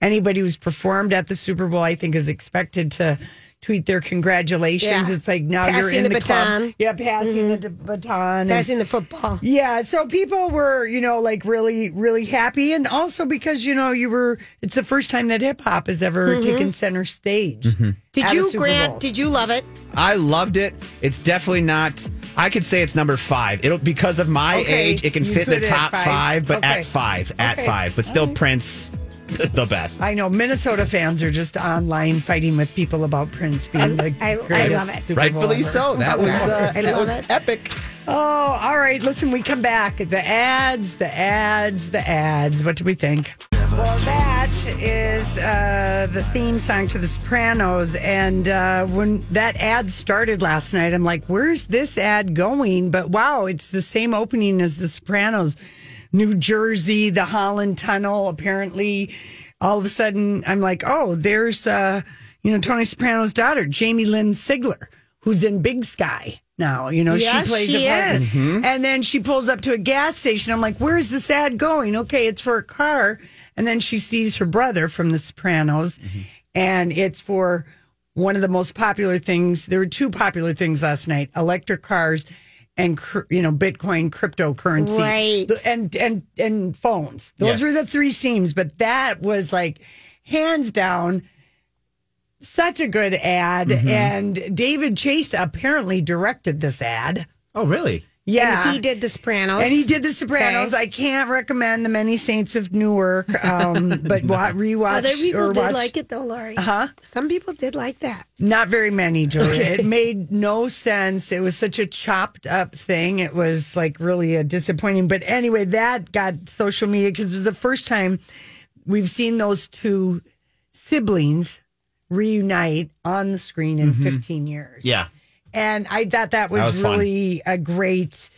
[SPEAKER 3] anybody who's performed at the Super Bowl I think is expected to tweet their congratulations.
[SPEAKER 2] Yeah.
[SPEAKER 3] It's like now you're
[SPEAKER 2] Passing
[SPEAKER 3] in
[SPEAKER 2] the
[SPEAKER 3] the, club.
[SPEAKER 2] baton.
[SPEAKER 3] Yeah, passing the d- baton. and-
[SPEAKER 2] That's in the football.
[SPEAKER 3] Yeah, so people were, you know, like really, really happy. And also because, you know, you were, it's the first time that hip hop has ever
[SPEAKER 2] Mm-hmm.
[SPEAKER 3] taken center stage.
[SPEAKER 1] Mm-hmm.
[SPEAKER 2] Did
[SPEAKER 3] At a
[SPEAKER 2] you,
[SPEAKER 3] Super
[SPEAKER 2] Grant,
[SPEAKER 3] Bowl.
[SPEAKER 2] did you love it?
[SPEAKER 1] I loved it. It's definitely not. I could say it's number five. It'll because of my
[SPEAKER 3] Okay,
[SPEAKER 1] age, it can
[SPEAKER 3] you
[SPEAKER 1] fit in
[SPEAKER 3] put
[SPEAKER 1] the
[SPEAKER 3] it at
[SPEAKER 1] top
[SPEAKER 3] five.
[SPEAKER 1] five, but
[SPEAKER 3] Okay.
[SPEAKER 1] at five, at
[SPEAKER 3] Okay.
[SPEAKER 1] five, but still Prince, the best.
[SPEAKER 3] I know Minnesota fans are just online fighting with people about Prince being the
[SPEAKER 2] I- I love
[SPEAKER 3] greatest
[SPEAKER 2] it.
[SPEAKER 3] Super Bowl
[SPEAKER 1] Rightfully
[SPEAKER 3] ever.
[SPEAKER 1] so. That was uh,
[SPEAKER 2] I
[SPEAKER 1] that
[SPEAKER 2] love
[SPEAKER 1] was
[SPEAKER 2] it.
[SPEAKER 1] epic.
[SPEAKER 3] Oh, all right. Listen, we come back. The ads, the ads, the ads. What do we think? Well, that is uh, the theme song to The Sopranos. And uh, when that ad started last night, I'm like, where's this ad going? But wow, it's the same opening as The Sopranos. New Jersey, the Holland Tunnel, apparently. All of a sudden, I'm like, oh, there's, uh, you know, Tony Soprano's daughter, Jamie Lynn Sigler, who's in Big Sky now. You know,
[SPEAKER 2] Yes,
[SPEAKER 3] she plays
[SPEAKER 2] she
[SPEAKER 3] a part.
[SPEAKER 2] is.
[SPEAKER 3] And then she pulls up to a gas station. I'm like, where's this ad going? Okay, it's for a car. And then she sees her brother from The Sopranos,
[SPEAKER 2] Mm-hmm.
[SPEAKER 3] and it's for one of the most popular things. There were two popular things last night electric cars and, cr- you know, Bitcoin cryptocurrency.
[SPEAKER 2] Right.
[SPEAKER 3] The- and and and phones. Those
[SPEAKER 1] Yeah.
[SPEAKER 3] were the three seams, but that was like hands down such a good ad.
[SPEAKER 2] Mm-hmm.
[SPEAKER 3] And David Chase apparently directed this ad.
[SPEAKER 1] Oh, really?
[SPEAKER 3] Yeah.
[SPEAKER 2] And he did The Sopranos.
[SPEAKER 3] And he did The Sopranos.
[SPEAKER 2] Okay.
[SPEAKER 3] I can't recommend The Many Saints of Newark, um, but wa- rewatch
[SPEAKER 2] Other people
[SPEAKER 3] or
[SPEAKER 2] did
[SPEAKER 3] watch.
[SPEAKER 2] like it though, Lori. Huh? Some people did like that.
[SPEAKER 3] Not very many, Julia. It made no sense. It was such a chopped up thing. It was like really a disappointing. But anyway, that got social media because it was the first time we've seen those two siblings reunite on the screen in 15 years.
[SPEAKER 1] Mm-hmm. Yeah.
[SPEAKER 3] And I thought that was,
[SPEAKER 1] That was fun.
[SPEAKER 3] really a great,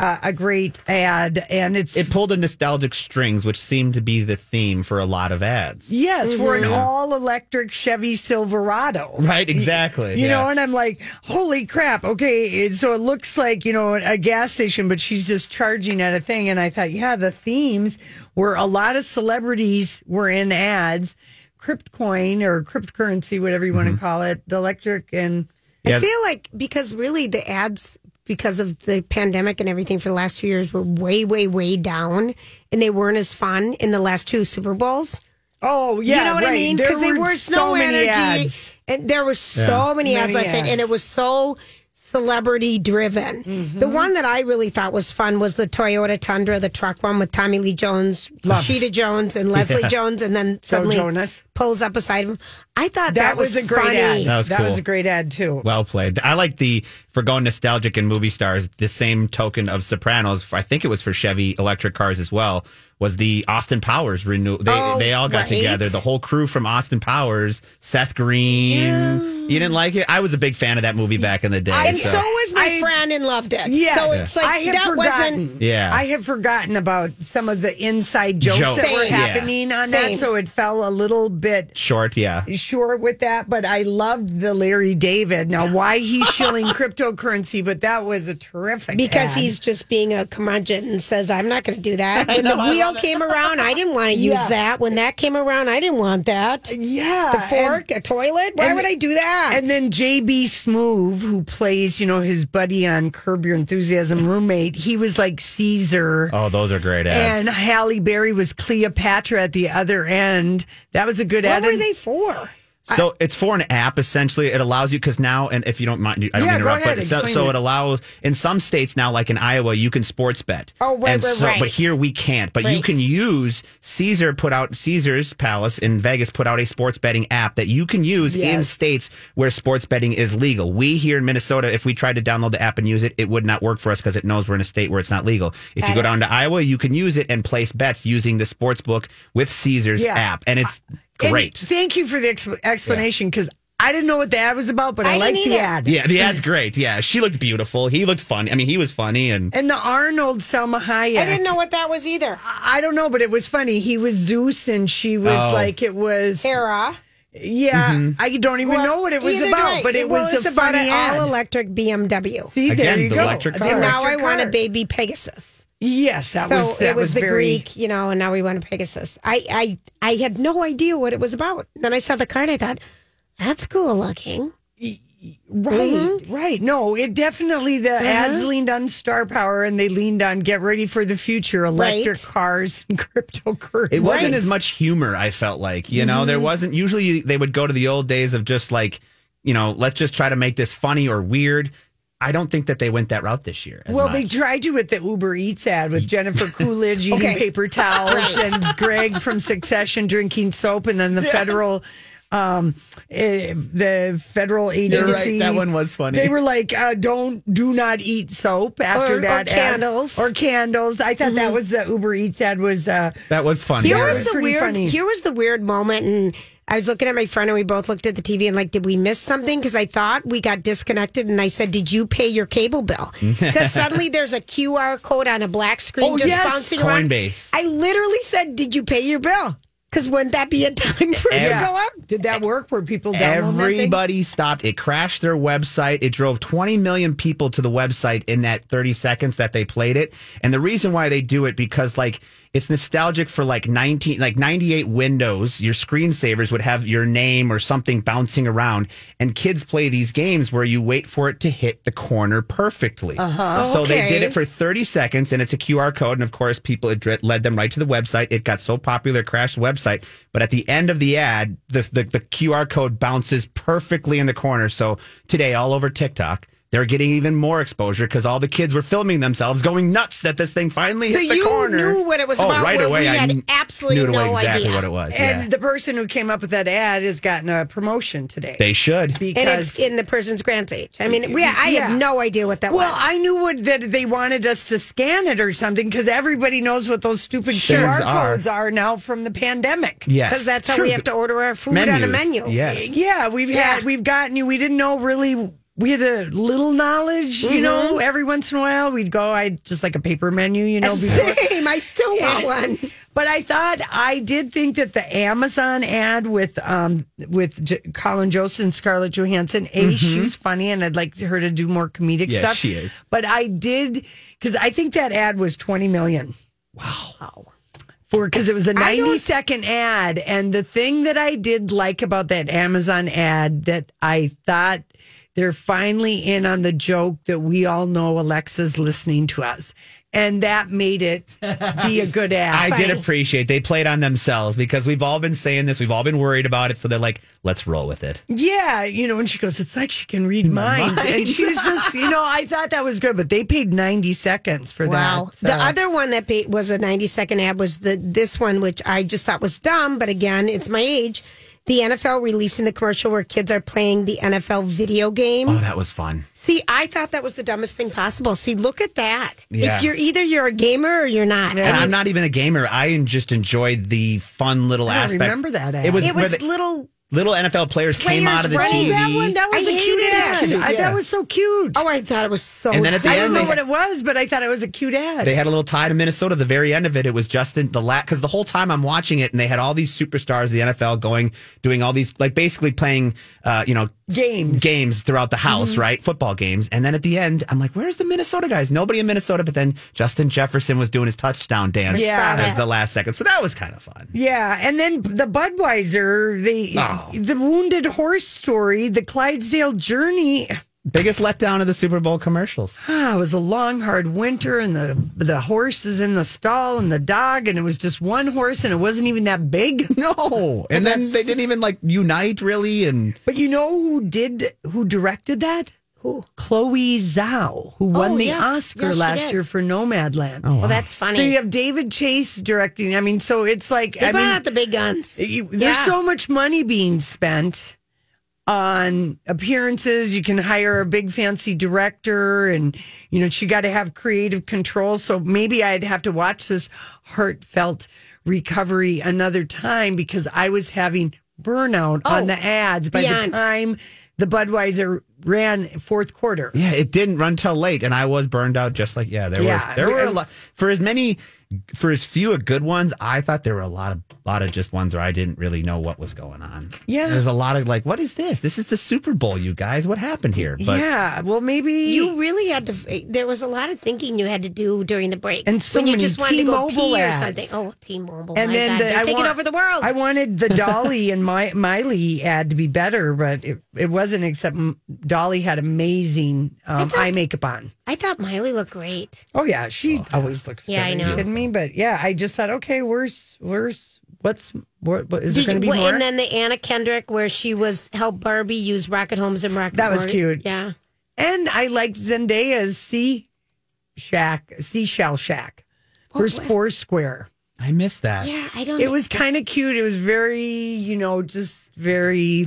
[SPEAKER 3] uh, a great ad. And it's
[SPEAKER 1] It pulled the nostalgic strings, which seemed to be the theme for a lot of ads.
[SPEAKER 3] Yes, for
[SPEAKER 2] Mm-hmm.
[SPEAKER 3] an all electric Chevy Silverado.
[SPEAKER 1] Right, exactly.
[SPEAKER 3] You
[SPEAKER 1] yeah.
[SPEAKER 3] know, and I'm like, holy crap. Okay. it- So it looks like, you know, a gas station, but she's just charging at a thing. And I thought, yeah, the themes were a lot of celebrities were in ads, cryptcoin or cryptocurrency, whatever you
[SPEAKER 2] Mm-hmm.
[SPEAKER 3] want to call it, the electric and
[SPEAKER 1] Yeah.
[SPEAKER 2] I feel like because really the ads because of the pandemic and everything for the last few years were way, way, way down, and they weren't as fun in the last two Super Bowls.
[SPEAKER 3] Oh, yeah.
[SPEAKER 2] you know what I
[SPEAKER 3] right.
[SPEAKER 2] mean?
[SPEAKER 3] There
[SPEAKER 2] Because there
[SPEAKER 3] were
[SPEAKER 2] were
[SPEAKER 3] so
[SPEAKER 2] no
[SPEAKER 3] many
[SPEAKER 2] energy,
[SPEAKER 3] ads.
[SPEAKER 2] and there were so many ads.
[SPEAKER 3] Many
[SPEAKER 2] I said, and
[SPEAKER 3] ads. Mm-hmm.
[SPEAKER 2] it was so celebrity driven. The one that I really thought was fun was the Toyota Tundra, the truck one with Tommy Lee Jones, Rashida Jones, and Leslie Jones, and then suddenly
[SPEAKER 3] Jonas.
[SPEAKER 2] pulls up beside him. I thought
[SPEAKER 3] That,
[SPEAKER 2] that,
[SPEAKER 3] was, a great
[SPEAKER 2] funny.
[SPEAKER 3] ad.
[SPEAKER 1] That was cool.
[SPEAKER 3] a great ad, too.
[SPEAKER 1] Well played. I like the for going nostalgic and movie stars. The same token of Sopranos. I think it was for Chevy electric cars as well. Was the Austin Powers renew? They
[SPEAKER 2] Oh,
[SPEAKER 1] they all got
[SPEAKER 2] right.
[SPEAKER 1] together. The whole crew from Austin Powers. Seth Green. You didn't like it? I was a big fan of that movie back in the day.
[SPEAKER 2] And so, was my
[SPEAKER 3] I-
[SPEAKER 2] friend and loved it.
[SPEAKER 3] Yes.
[SPEAKER 2] So it's like
[SPEAKER 3] I have
[SPEAKER 2] that
[SPEAKER 3] forgotten.
[SPEAKER 2] wasn't
[SPEAKER 1] Yeah.
[SPEAKER 3] I have forgotten about some of the inside jokes,
[SPEAKER 1] Jokes,
[SPEAKER 3] that were
[SPEAKER 1] Same.
[SPEAKER 3] happening on that,
[SPEAKER 2] Same.
[SPEAKER 3] so it fell a little bit
[SPEAKER 1] short. Yeah.
[SPEAKER 3] short with that. But I loved the Larry David. Now, why he's shilling cryptocurrency, but that was a terrific
[SPEAKER 2] because
[SPEAKER 3] ad.
[SPEAKER 2] he's just being a curmudgeon and says, I'm not going to do that. When the wheel came around, I didn't want to use
[SPEAKER 3] Yeah.
[SPEAKER 2] that. When that came around, I didn't want that.
[SPEAKER 3] yeah
[SPEAKER 2] the fork, a toilet? Why
[SPEAKER 3] and-
[SPEAKER 2] would I do that?
[SPEAKER 3] And then JB Smoove, who plays, you know, his buddy on Curb Your Enthusiasm roommate, he was like Caesar.
[SPEAKER 1] Oh, those are great ads.
[SPEAKER 3] And Halle Berry was Cleopatra at the other end. That was a good
[SPEAKER 2] what
[SPEAKER 3] ad.
[SPEAKER 2] were
[SPEAKER 3] And-
[SPEAKER 2] they for?
[SPEAKER 1] So it's for an app essentially. It allows you because now, and if you don't mind, I don't
[SPEAKER 3] Yeah,
[SPEAKER 1] mean to
[SPEAKER 3] go
[SPEAKER 1] interrupt,
[SPEAKER 3] ahead,
[SPEAKER 1] but so,
[SPEAKER 3] explain
[SPEAKER 1] so
[SPEAKER 3] it.
[SPEAKER 1] it allows in some states now, like in Iowa, you can sports bet.
[SPEAKER 2] Oh, right,
[SPEAKER 1] and
[SPEAKER 2] right,
[SPEAKER 1] so,
[SPEAKER 2] right.
[SPEAKER 1] But here we can't. But you
[SPEAKER 2] Right.
[SPEAKER 1] can use Caesar put out Caesar's Palace in Vegas put out a sports betting app that you can use in states where sports betting is legal. We here in Minnesota, if we tried to download the app and use it, it would not work for us because it knows we're in a state where it's not legal. If you go down to Iowa, you can use it and place bets using the sports book with Caesar's
[SPEAKER 3] Yeah.
[SPEAKER 1] app, and it's
[SPEAKER 3] And
[SPEAKER 1] great.
[SPEAKER 3] thank you for the ex- explanation because I didn't know what the ad was about, but I,
[SPEAKER 2] I
[SPEAKER 3] like
[SPEAKER 2] didn't
[SPEAKER 3] the
[SPEAKER 2] either.
[SPEAKER 3] ad.
[SPEAKER 1] Yeah, the ad's great. Yeah, she looked beautiful. He looked funny. I mean, he was funny, and
[SPEAKER 3] And the Arnold Selma Hayek.
[SPEAKER 2] I didn't know what that was either.
[SPEAKER 3] I don't know, but it was funny. He was Zeus, and she was
[SPEAKER 1] Oh.
[SPEAKER 3] like it was.
[SPEAKER 2] Era.
[SPEAKER 3] Yeah, I don't even know what it was
[SPEAKER 2] Mm-hmm. Either
[SPEAKER 3] about,
[SPEAKER 2] way,
[SPEAKER 3] but it
[SPEAKER 2] well,
[SPEAKER 3] was
[SPEAKER 2] it's
[SPEAKER 3] a
[SPEAKER 2] about
[SPEAKER 3] funny
[SPEAKER 2] an
[SPEAKER 3] ad.
[SPEAKER 2] all electric BMW.
[SPEAKER 3] See, there
[SPEAKER 1] Again,
[SPEAKER 3] you
[SPEAKER 1] the
[SPEAKER 3] go.
[SPEAKER 1] electric
[SPEAKER 3] The
[SPEAKER 1] car.
[SPEAKER 2] and now I
[SPEAKER 3] electric
[SPEAKER 2] want a
[SPEAKER 3] car.
[SPEAKER 2] baby Pegasus.
[SPEAKER 3] Yes, that
[SPEAKER 2] So
[SPEAKER 3] was that
[SPEAKER 2] it was, the
[SPEAKER 3] very,
[SPEAKER 2] Greek, you know, and now we want a Pegasus. I, I, I had no idea what it was about. Then I saw the card. I thought, that's cool looking.
[SPEAKER 3] Right,
[SPEAKER 2] Mm-hmm.
[SPEAKER 3] right. No, it definitely the ads leaned on star power, and they leaned on get ready for the future, electric
[SPEAKER 2] Right.
[SPEAKER 3] cars and cryptocurrency.
[SPEAKER 1] it wasn't as much humor. I felt like you know
[SPEAKER 3] Mm-hmm.
[SPEAKER 1] there wasn't. Usually they would go to the old days of just like you know let's just try to make this funny or weird. I don't think that they went that route this year. as
[SPEAKER 3] Well,
[SPEAKER 1] much.
[SPEAKER 3] they tried to with the Uber Eats ad with Jennifer Coolidge eating
[SPEAKER 2] Okay.
[SPEAKER 3] paper towels and Greg from Succession drinking soap, and then the federal, um, eh, the federal agency.
[SPEAKER 1] right. That one was funny.
[SPEAKER 3] They were like, uh, "Don't do not eat soap after
[SPEAKER 2] Or- or
[SPEAKER 3] that." ad.
[SPEAKER 2] candles.
[SPEAKER 3] or candles. I thought
[SPEAKER 1] Mm-hmm.
[SPEAKER 3] that was the Uber Eats ad was. Uh,
[SPEAKER 1] that was funny.
[SPEAKER 2] Here
[SPEAKER 1] You're
[SPEAKER 2] was
[SPEAKER 1] right.
[SPEAKER 2] the
[SPEAKER 3] Pretty
[SPEAKER 2] weird.
[SPEAKER 3] funny.
[SPEAKER 2] Here was the weird moment, and I was looking at my friend, and we both looked at the TV and like, did we miss something? Because I thought we got disconnected, and I said, "Did you pay your cable bill?" Because suddenly there's a QR code on a black screen
[SPEAKER 3] Oh,
[SPEAKER 2] just
[SPEAKER 3] yes.
[SPEAKER 2] bouncing around.
[SPEAKER 1] Coinbase.
[SPEAKER 2] I literally said, "Did you pay your bill?" Because wouldn't that be a time for it to
[SPEAKER 1] Ev-
[SPEAKER 2] go out?
[SPEAKER 3] Did that work? Where people download That
[SPEAKER 1] Everybody stopped. It crashed their website. It drove 20 million people to the website in that 30 seconds that they played it. And the reason why they do it because like it's nostalgic for like 19 like 98 Windows. Your screensavers would have your name or something bouncing around and kids play these games where you wait for it to hit the corner perfectly. Uh-huh. So they did
[SPEAKER 2] Okay.
[SPEAKER 1] it for 30 seconds and it's a QR code and of course people it dri- led them right to the website. It got so popular it crashed the website, but at the end of the ad the, the the QR code bounces perfectly in the corner. So today all over TikTok they're getting even more exposure because all the kids were filming themselves going nuts that this thing finally hit
[SPEAKER 2] So
[SPEAKER 1] the
[SPEAKER 2] you
[SPEAKER 1] corner.
[SPEAKER 2] knew what it was
[SPEAKER 1] oh,
[SPEAKER 2] about,
[SPEAKER 1] Right
[SPEAKER 2] where
[SPEAKER 1] away,
[SPEAKER 2] we
[SPEAKER 1] I
[SPEAKER 2] had
[SPEAKER 1] kn-
[SPEAKER 2] absolutely
[SPEAKER 1] knew it
[SPEAKER 2] no
[SPEAKER 1] away exactly
[SPEAKER 2] idea.
[SPEAKER 1] what it was.
[SPEAKER 3] And
[SPEAKER 1] yeah.
[SPEAKER 3] the person who came up with that ad has gotten a promotion today.
[SPEAKER 1] they should.
[SPEAKER 3] because
[SPEAKER 2] And it's in the person's grant age. I mean, we, I
[SPEAKER 3] Yeah.
[SPEAKER 2] have no idea what that
[SPEAKER 3] Well,
[SPEAKER 2] was.
[SPEAKER 3] I knew what, that they wanted us to scan it or something because everybody knows what those stupid QR
[SPEAKER 1] are.
[SPEAKER 3] codes are now from the pandemic.
[SPEAKER 1] yes,
[SPEAKER 2] Because that's how we
[SPEAKER 1] True.
[SPEAKER 2] have to order our food on a
[SPEAKER 1] Menus,
[SPEAKER 2] menu.
[SPEAKER 1] Yes.
[SPEAKER 3] Yeah, we've had
[SPEAKER 2] Yeah.
[SPEAKER 3] we've gotten you. We didn't know really. We had a little knowledge, you
[SPEAKER 2] Mm-hmm.
[SPEAKER 3] know. Every once in a while, we'd go. I just like a paper menu, you know. Before.
[SPEAKER 2] Same. I still want one.
[SPEAKER 3] But I thought I did think that the Amazon ad with um with J- Colin Jost and Scarlett Johansson, a she's funny, and I'd like her to do more comedic
[SPEAKER 1] Mm-hmm. Yeah,
[SPEAKER 3] stuff.
[SPEAKER 1] she is.
[SPEAKER 3] But I did because I think that ad was twenty million. Wow. For because it was a
[SPEAKER 2] I don't-
[SPEAKER 3] ninety second ad, and the thing that I did like about that Amazon ad that I thought. They're finally in on the joke that we all know Alexa's listening to us. And that made it be a good ad.
[SPEAKER 1] I did appreciate they played on themselves because we've all been saying this, we've all been worried about it. So they're like, let's roll with it.
[SPEAKER 3] Yeah, you know, and she goes, it's like she can read minds. And she was just, you know, I thought that was good, but they paid 90 seconds for that. so-
[SPEAKER 2] The other one that paid, was a 90 second ad was the this one, which I just thought was dumb, but again, it's my age. The NFL releasing the commercial where kids are playing the NFL video game.
[SPEAKER 1] Oh, that was fun.
[SPEAKER 2] See, I thought that was the dumbest thing possible. See, look at that.
[SPEAKER 1] Yeah.
[SPEAKER 2] If you're either you're a gamer or you're not. I
[SPEAKER 1] And
[SPEAKER 2] mean,
[SPEAKER 1] I'm not even a gamer. I just enjoyed the fun little
[SPEAKER 3] I don't
[SPEAKER 1] aspect.
[SPEAKER 3] remember that ad.
[SPEAKER 1] It was,
[SPEAKER 2] it
[SPEAKER 1] where
[SPEAKER 2] was
[SPEAKER 1] the
[SPEAKER 2] little.
[SPEAKER 1] little NFL players, came
[SPEAKER 2] Players
[SPEAKER 1] out of the
[SPEAKER 2] running.
[SPEAKER 1] TV.
[SPEAKER 3] Oh, that one, that was
[SPEAKER 2] I
[SPEAKER 3] a cute
[SPEAKER 2] hated
[SPEAKER 3] ad.
[SPEAKER 2] it.
[SPEAKER 3] I, that was so cute.
[SPEAKER 2] Oh, I thought it was so.
[SPEAKER 1] And then at the
[SPEAKER 3] I
[SPEAKER 1] end,
[SPEAKER 3] don't know
[SPEAKER 1] they-
[SPEAKER 3] what it was, but I thought it was a cute ad.
[SPEAKER 1] They had a little tie to Minnesota. The very end of it, it was Justin the lat because the whole time I'm watching it, and they had all these superstars, of the NFL going, doing all these like basically playing, uh, you know,
[SPEAKER 3] Games. Mm-hmm.
[SPEAKER 1] games throughout the house, right? Football games, and then at the end, I'm like, where's the Minnesota guys? Nobody in Minnesota, but then Justin Jefferson was doing his touchdown dance
[SPEAKER 3] Yeah.
[SPEAKER 1] as the last second, so that was kind of fun.
[SPEAKER 3] yeah, and then the Budweiser, the
[SPEAKER 1] Oh.
[SPEAKER 3] the wounded horse story, the Clydesdale journey.
[SPEAKER 1] Biggest letdown of the Super Bowl commercials.
[SPEAKER 3] Ah, it was a long, hard winter, and the the horse is in the stall, and the dog, and it was just one horse, and it wasn't even that big.
[SPEAKER 1] No, and then they didn't even like unite really, and
[SPEAKER 3] But you know who did who directed that? Who? Chloe Zhao, who won the
[SPEAKER 2] Oh, yes.
[SPEAKER 3] Oscar
[SPEAKER 2] Yes, she
[SPEAKER 3] last
[SPEAKER 2] did.
[SPEAKER 3] year for Nomadland.
[SPEAKER 2] Well, that's funny.
[SPEAKER 3] So you have David Chase directing. I mean, so it's like
[SPEAKER 2] they
[SPEAKER 3] I
[SPEAKER 2] brought
[SPEAKER 3] mean,
[SPEAKER 2] out the big guns.
[SPEAKER 3] you- there's
[SPEAKER 2] Yeah.
[SPEAKER 3] so much money being spent on appearances. You can hire a big fancy director, and you know she got to have creative control. So maybe I'd have to watch this heartfelt recovery another time because I was having burnout
[SPEAKER 2] Oh,
[SPEAKER 3] on the ads by the
[SPEAKER 2] beyond.
[SPEAKER 3] time the Budweiser ran fourth quarter.
[SPEAKER 1] Yeah, it didn't run till late, and I was burned out. Just like yeah, there
[SPEAKER 3] Yeah.
[SPEAKER 1] were there were a lot for as many for as few of good ones. I thought there were a lot of lot of just ones where I didn't really know what was going on.
[SPEAKER 3] Yeah.
[SPEAKER 1] there's a lot of like, what is this? This is the Super Bowl, you guys. What happened here? But
[SPEAKER 3] yeah, well maybe
[SPEAKER 2] You really had to. eh, There was a lot of thinking you had to do during the breaks.
[SPEAKER 3] And so
[SPEAKER 2] when you
[SPEAKER 3] many
[SPEAKER 2] just wanted to go
[SPEAKER 3] T-Mobile
[SPEAKER 2] pee
[SPEAKER 3] ads.
[SPEAKER 2] or something. Oh, T-Mobile!
[SPEAKER 3] and
[SPEAKER 2] my
[SPEAKER 3] then
[SPEAKER 2] God,
[SPEAKER 3] the,
[SPEAKER 2] they're
[SPEAKER 3] I
[SPEAKER 2] taking
[SPEAKER 3] want-
[SPEAKER 2] over the world.
[SPEAKER 3] I wanted the Dolly and my Miley ad to be better, but it, it wasn't. Except m- Dolly had amazing um, eye makeup on.
[SPEAKER 2] I thought Miley looked great.
[SPEAKER 3] Oh yeah, she always looks.
[SPEAKER 2] Yeah,
[SPEAKER 3] good.
[SPEAKER 2] I
[SPEAKER 3] Are you
[SPEAKER 2] know.
[SPEAKER 3] Kidding me? But yeah, I just thought, okay, where's where's what's what, what is there
[SPEAKER 2] Did
[SPEAKER 3] going
[SPEAKER 2] you,
[SPEAKER 3] to be
[SPEAKER 2] well,
[SPEAKER 3] more?
[SPEAKER 2] and then the Anna Kendrick where she was helped Barbie use Rocket Homes and Rocket.
[SPEAKER 3] That was
[SPEAKER 2] Mor-
[SPEAKER 3] cute.
[SPEAKER 2] Yeah.
[SPEAKER 3] And I liked Zendaya's sea shack, seashell shack. First four square.
[SPEAKER 1] I missed that.
[SPEAKER 2] Yeah, I don't.
[SPEAKER 3] It was kind of cute. It was very, you know, just very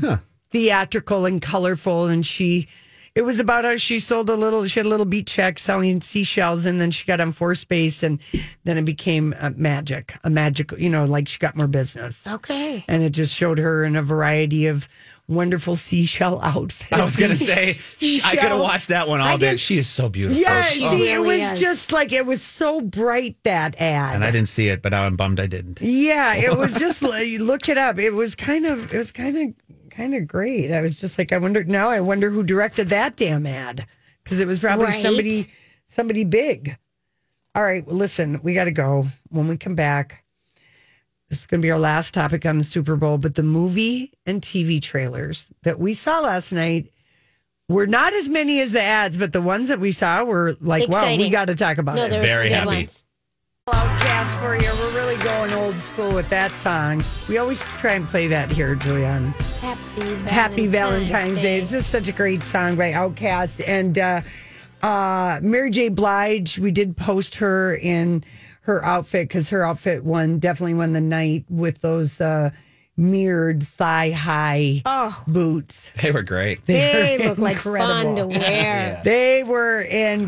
[SPEAKER 3] theatrical and colorful. And she, it was about how she sold a little, she had a little beach shack selling seashells and then she got on Four Space and then it became a magic, a magical, you know, like she got more business.
[SPEAKER 2] okay.
[SPEAKER 3] And it just showed her in a variety of wonderful seashell outfit.
[SPEAKER 1] I was gonna say sh- I could have
[SPEAKER 3] Seashell.
[SPEAKER 1] watched that one
[SPEAKER 3] I
[SPEAKER 1] all day.
[SPEAKER 3] did-
[SPEAKER 1] She is so beautiful.
[SPEAKER 3] Yeah,
[SPEAKER 1] She-
[SPEAKER 3] see, it
[SPEAKER 2] really
[SPEAKER 3] was
[SPEAKER 2] is.
[SPEAKER 3] just like it was so bright that ad.
[SPEAKER 1] and I didn't see it, but I'm bummed I didn't.
[SPEAKER 3] Yeah, it was just like, look it up. It was kind of it was kind of kind of great. I was just like I wonder now I wonder who directed that damn ad cuz it was probably
[SPEAKER 2] Right.
[SPEAKER 3] somebody somebody big. All right, well, listen, we got to go. When we come back, this is going to be our last topic on the Super Bowl, but the movie and TV trailers that we saw last night were not as many as the ads, but the ones that we saw were like, wow, we
[SPEAKER 2] Exciting.
[SPEAKER 3] got to talk about
[SPEAKER 2] No,
[SPEAKER 3] it.
[SPEAKER 2] there were some
[SPEAKER 1] Very
[SPEAKER 2] good
[SPEAKER 1] happy.
[SPEAKER 2] ones.
[SPEAKER 3] Outcast for you. We're really going old school with that song. We always try and play that here, Julian.
[SPEAKER 2] Happy
[SPEAKER 3] Happy Valentine's Day. It's just such a great song by Outcast and uh, uh, Mary J. Blige. We did post her in her outfit because her outfit won definitely won the night with those uh, mirrored thigh high
[SPEAKER 2] Oh,
[SPEAKER 3] boots.
[SPEAKER 1] They were great.
[SPEAKER 2] they
[SPEAKER 3] They're
[SPEAKER 2] look like fun to
[SPEAKER 3] incredible.
[SPEAKER 2] wear.
[SPEAKER 3] They were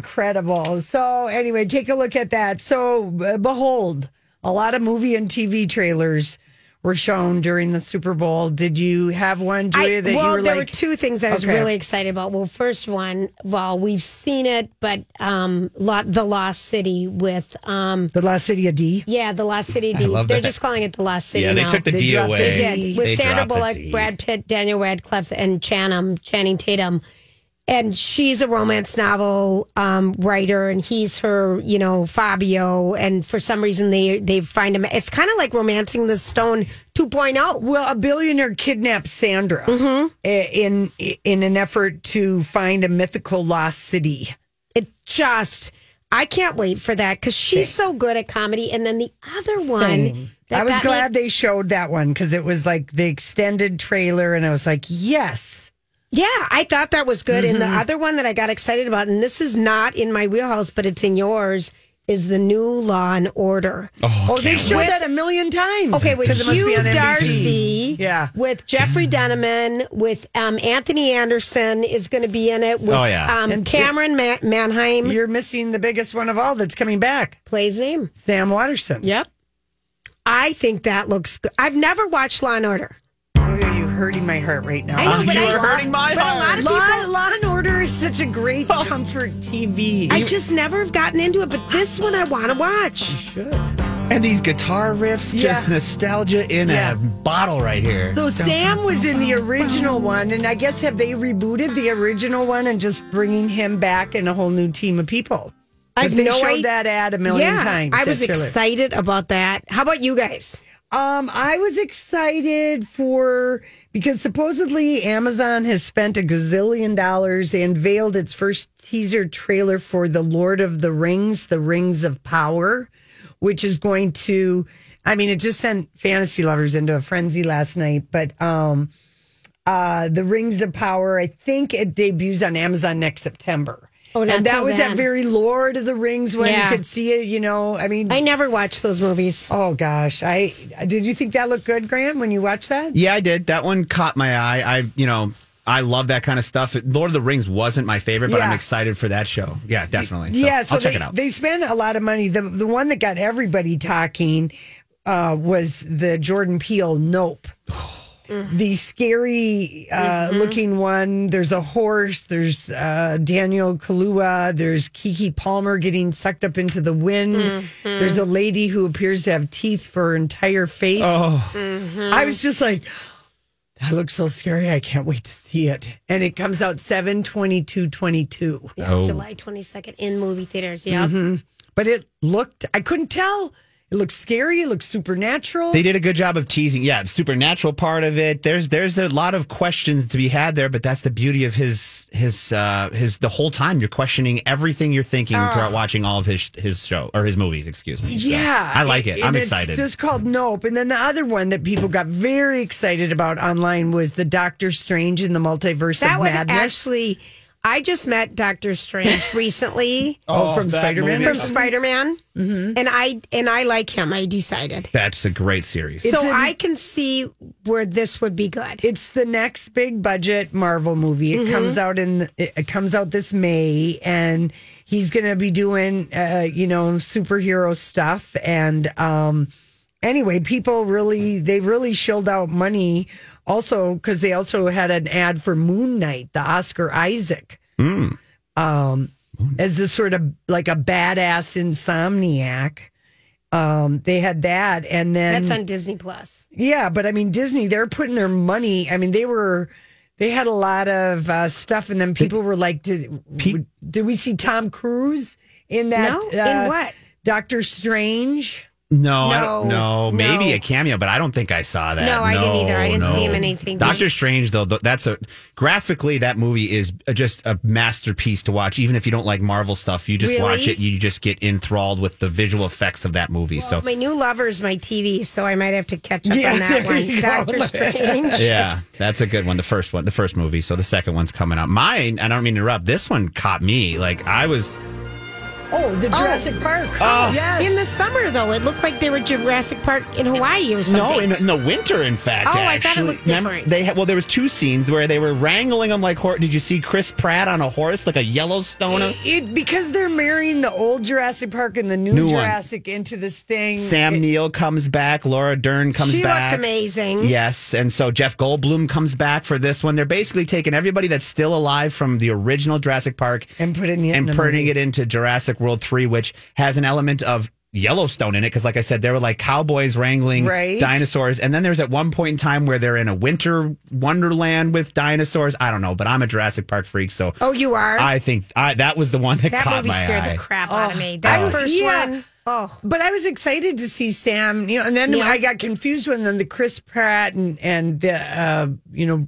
[SPEAKER 3] incredible. So, anyway, take a look at that. So, uh, behold, a lot of movie and TV trailers were shown during the Super Bowl. Did you have one, Julia,
[SPEAKER 2] I,
[SPEAKER 3] that
[SPEAKER 2] well,
[SPEAKER 3] you were
[SPEAKER 2] there
[SPEAKER 3] like,
[SPEAKER 2] were two things I was
[SPEAKER 3] Okay.
[SPEAKER 2] really excited about. Well, first one, well, we've seen it, but um, Lo- the Lost City with um,
[SPEAKER 3] The Last City of D?
[SPEAKER 2] yeah, the Lost City. D.
[SPEAKER 1] love
[SPEAKER 2] They're
[SPEAKER 1] that.
[SPEAKER 2] just calling it the Lost City.
[SPEAKER 1] Yeah, they
[SPEAKER 2] now.
[SPEAKER 1] took the
[SPEAKER 3] They
[SPEAKER 1] D
[SPEAKER 3] dropped the
[SPEAKER 1] away.
[SPEAKER 3] D.
[SPEAKER 2] did with
[SPEAKER 1] They
[SPEAKER 2] Sandra
[SPEAKER 1] dropped the
[SPEAKER 2] Bullock,
[SPEAKER 1] D.
[SPEAKER 2] Brad Pitt, Daniel Radcliffe, and Channing Channing Tatum. And she's a romance novel um, writer, and he's her, you know, Fabio. And for some reason, they they find him. It's kind of like romancing the Stone oh, 2.0.
[SPEAKER 3] Well, a billionaire kidnapped Sandra
[SPEAKER 2] Mm-hmm.
[SPEAKER 3] i- in in an effort to find a mythical lost city.
[SPEAKER 2] It just, I can't wait for that because she's so good at comedy. And then the other one, Mm. that
[SPEAKER 3] I was
[SPEAKER 2] got me-
[SPEAKER 3] glad they showed that one because it was like the extended trailer, and I was like, yes.
[SPEAKER 2] Yeah, I thought that was good.
[SPEAKER 3] Mm-hmm.
[SPEAKER 2] And the other one that I got excited about, and this is not in my wheelhouse, but it's in yours, is the new Law and Order.
[SPEAKER 3] Oh, they showed that a million times.
[SPEAKER 2] Okay, with
[SPEAKER 3] 'Cause it must be on
[SPEAKER 2] Hugh
[SPEAKER 3] NBC.
[SPEAKER 2] Darcy,
[SPEAKER 3] Yeah. Mm-hmm.
[SPEAKER 2] with Jeffrey Dunneman, with um, Anthony Anderson is going to be in it. With,
[SPEAKER 1] Oh, yeah.
[SPEAKER 2] um, Cameron Ma- Manheim
[SPEAKER 3] You're missing the biggest one of all that's coming back,
[SPEAKER 2] plays him.
[SPEAKER 3] Sam Watterson.
[SPEAKER 2] Yep, I think that looks good. I've never watched Law and Order.
[SPEAKER 3] Boy, are you Oh, hurting my heart right now?
[SPEAKER 2] I know,
[SPEAKER 1] Uh,
[SPEAKER 2] but
[SPEAKER 1] you
[SPEAKER 2] I,
[SPEAKER 1] are hurting my
[SPEAKER 2] but
[SPEAKER 1] heart.
[SPEAKER 2] a lot of
[SPEAKER 3] Law,
[SPEAKER 2] people.
[SPEAKER 3] Law and Order is such a great comfort TV.
[SPEAKER 2] I just never have gotten into it, but this one I want to watch.
[SPEAKER 1] And these guitar riffs, just
[SPEAKER 3] Yeah.
[SPEAKER 1] nostalgia in
[SPEAKER 3] Yeah.
[SPEAKER 1] a bottle right here.
[SPEAKER 3] so Sam was in the original one, and I guess have they rebooted the original one and just bringing him back and a whole new team of people?
[SPEAKER 2] I've
[SPEAKER 3] they
[SPEAKER 2] no
[SPEAKER 3] showed
[SPEAKER 2] idea.
[SPEAKER 3] that ad a million
[SPEAKER 2] yeah,
[SPEAKER 3] times.
[SPEAKER 2] I
[SPEAKER 3] that
[SPEAKER 2] was
[SPEAKER 3] trailer.
[SPEAKER 2] excited about that. How about you guys?
[SPEAKER 3] Um, I was excited for because supposedly Amazon has spent a gazillion dollars. They unveiled its first teaser trailer for The Lord of the Rings, The Rings of Power, which is going to I mean, it just sent fantasy lovers into a frenzy last night, but um uh The Rings of Power, I think it debuts on Amazon next September.
[SPEAKER 2] Oh, not
[SPEAKER 3] and that
[SPEAKER 2] till
[SPEAKER 3] was that
[SPEAKER 2] then.
[SPEAKER 3] very Lord of the Rings one.
[SPEAKER 2] Yeah.
[SPEAKER 3] You could see it, you know. I mean,
[SPEAKER 2] I never watched those movies.
[SPEAKER 3] Oh gosh, I did you think that looked good, Grant, when you watched that?
[SPEAKER 1] Yeah, I did. That one caught my eye. I, you know, I love that kind of stuff. Lord of the Rings wasn't my favorite, but I'm
[SPEAKER 3] Yeah.
[SPEAKER 1] excited for that show. Yeah, definitely. So
[SPEAKER 3] yeah, so
[SPEAKER 1] I'll
[SPEAKER 3] they,
[SPEAKER 1] check it out.
[SPEAKER 3] they spent a lot of money. The the one that got everybody talking uh, was the Jordan Peele Nope. The scary uh, looking one. There's a horse. There's uh, Daniel Kalua. There's Kiki Palmer getting sucked up into the wind. There's a lady who appears to have teeth for her entire face. Mm-hmm.
[SPEAKER 1] oh,
[SPEAKER 3] I was just like, that looks so scary. I can't wait to see it. And it comes out 7 22 22.
[SPEAKER 2] Yeah,
[SPEAKER 1] Oh.
[SPEAKER 2] July 22nd in movie theaters. Yeah.
[SPEAKER 3] Mm-hmm. But it looked, I couldn't tell. It looked scary. It looked supernatural.
[SPEAKER 1] they did a good job of teasing. Yeah, the supernatural part of it. There's there's a lot of questions to be had there, but that's the beauty of his his uh his the whole time you're questioning everything you're thinking throughout watching all of his his show or his movies. Excuse me. So,
[SPEAKER 3] yeah.
[SPEAKER 1] I like it.
[SPEAKER 3] And
[SPEAKER 1] I'm
[SPEAKER 3] it's
[SPEAKER 1] excited.
[SPEAKER 3] just called Nope. And then the other one that people got very excited about online was the Doctor Strange in the Multiverse
[SPEAKER 2] That
[SPEAKER 3] of
[SPEAKER 2] was
[SPEAKER 3] Madness.
[SPEAKER 2] actually, I just met Doctor Strange recently
[SPEAKER 3] oh, Mm-hmm.
[SPEAKER 1] Oh,
[SPEAKER 3] from
[SPEAKER 1] that
[SPEAKER 3] Spider Man.
[SPEAKER 1] movie.
[SPEAKER 2] from Spider Man. And I and I like him. I decided.
[SPEAKER 1] that's a great series.
[SPEAKER 3] It's
[SPEAKER 2] so
[SPEAKER 3] an-
[SPEAKER 2] I can see where this would be good.
[SPEAKER 3] It's the next big budget Marvel movie. It comes out in it it comes out this May, and he's going to be doing uh, you know superhero stuff. And um, anyway, people really they really shelled out money Also, because they also had an ad for Moon Knight, the Oscar Isaac, um, as a sort of like a badass insomniac. Um, they had that, and then
[SPEAKER 2] That's on Disney Plus.
[SPEAKER 3] yeah, but I mean Disney, they're putting their money. I mean, they were they had a lot of uh, stuff, and then people were like, did,
[SPEAKER 1] Pe-
[SPEAKER 3] did we see Tom Cruise in that?
[SPEAKER 2] No? In
[SPEAKER 3] uh,
[SPEAKER 2] what?
[SPEAKER 3] Doctor Strange.
[SPEAKER 1] No, I don't,
[SPEAKER 2] No,
[SPEAKER 1] no, maybe
[SPEAKER 2] no.
[SPEAKER 1] a cameo, but I don't think I saw that.
[SPEAKER 2] No, I didn't either. I didn't see him in anything.
[SPEAKER 1] Doctor Strange, though, th- that's a graphically that movie is just a masterpiece to watch. Even if you don't like Marvel stuff, you just watch
[SPEAKER 2] Really?
[SPEAKER 1] it, you just get enthralled with the visual effects of that movie. so,
[SPEAKER 2] My new lover's my TV, so I might have to catch up
[SPEAKER 3] Yeah,
[SPEAKER 2] on that
[SPEAKER 3] there you
[SPEAKER 2] one.
[SPEAKER 3] go.
[SPEAKER 2] Doctor Strange.
[SPEAKER 1] yeah, that's a good one. The first one, the first movie. So the second one's coming out. Mine, I don't mean to interrupt. This one caught me. Like I was.
[SPEAKER 3] Oh, the Jurassic Park. Oh, yes.
[SPEAKER 2] In the summer, though, it looked like they were Jurassic Park in Hawaii or something.
[SPEAKER 1] No, in, in the winter, in fact.
[SPEAKER 2] Oh, I
[SPEAKER 1] actually.
[SPEAKER 2] thought it looked
[SPEAKER 1] Remember-
[SPEAKER 2] different.
[SPEAKER 1] They had, well, there was two scenes where they were wrangling them like. Hor- Did you see Chris Pratt on a horse, like a Yellowstone?
[SPEAKER 3] it, because they're marrying the old Jurassic Park and the new,
[SPEAKER 1] New one.
[SPEAKER 3] Jurassic into this thing.
[SPEAKER 1] Sam
[SPEAKER 3] It-
[SPEAKER 1] Neill comes back. Laura Dern comes
[SPEAKER 2] she
[SPEAKER 1] back.
[SPEAKER 2] looked amazing.
[SPEAKER 1] Yes, and so Jeff Goldblum comes back for this one. They're basically taking everybody that's still alive from the original Jurassic Park
[SPEAKER 3] And putting it in
[SPEAKER 1] and
[SPEAKER 3] the
[SPEAKER 1] putting
[SPEAKER 3] movie.
[SPEAKER 1] it into Jurassic World Three, which has an element of Yellowstone in it. Because, like I said, there were like cowboys wrangling
[SPEAKER 3] Right.
[SPEAKER 1] dinosaurs, and then there's at one point in time where they're in a winter wonderland with dinosaurs. I don't know, but I'm a Jurassic Park freak, so
[SPEAKER 2] Oh, you are.
[SPEAKER 1] I think I, that was the one that,
[SPEAKER 2] that
[SPEAKER 1] caught
[SPEAKER 2] movie
[SPEAKER 1] my
[SPEAKER 2] scared
[SPEAKER 1] eye. Oh,
[SPEAKER 2] the crap out of me. That first
[SPEAKER 3] yeah.
[SPEAKER 2] one. Oh,
[SPEAKER 3] But I was excited to see Sam, you know, and then
[SPEAKER 2] Yeah.
[SPEAKER 3] I got confused when then the Chris Pratt and and the uh, you know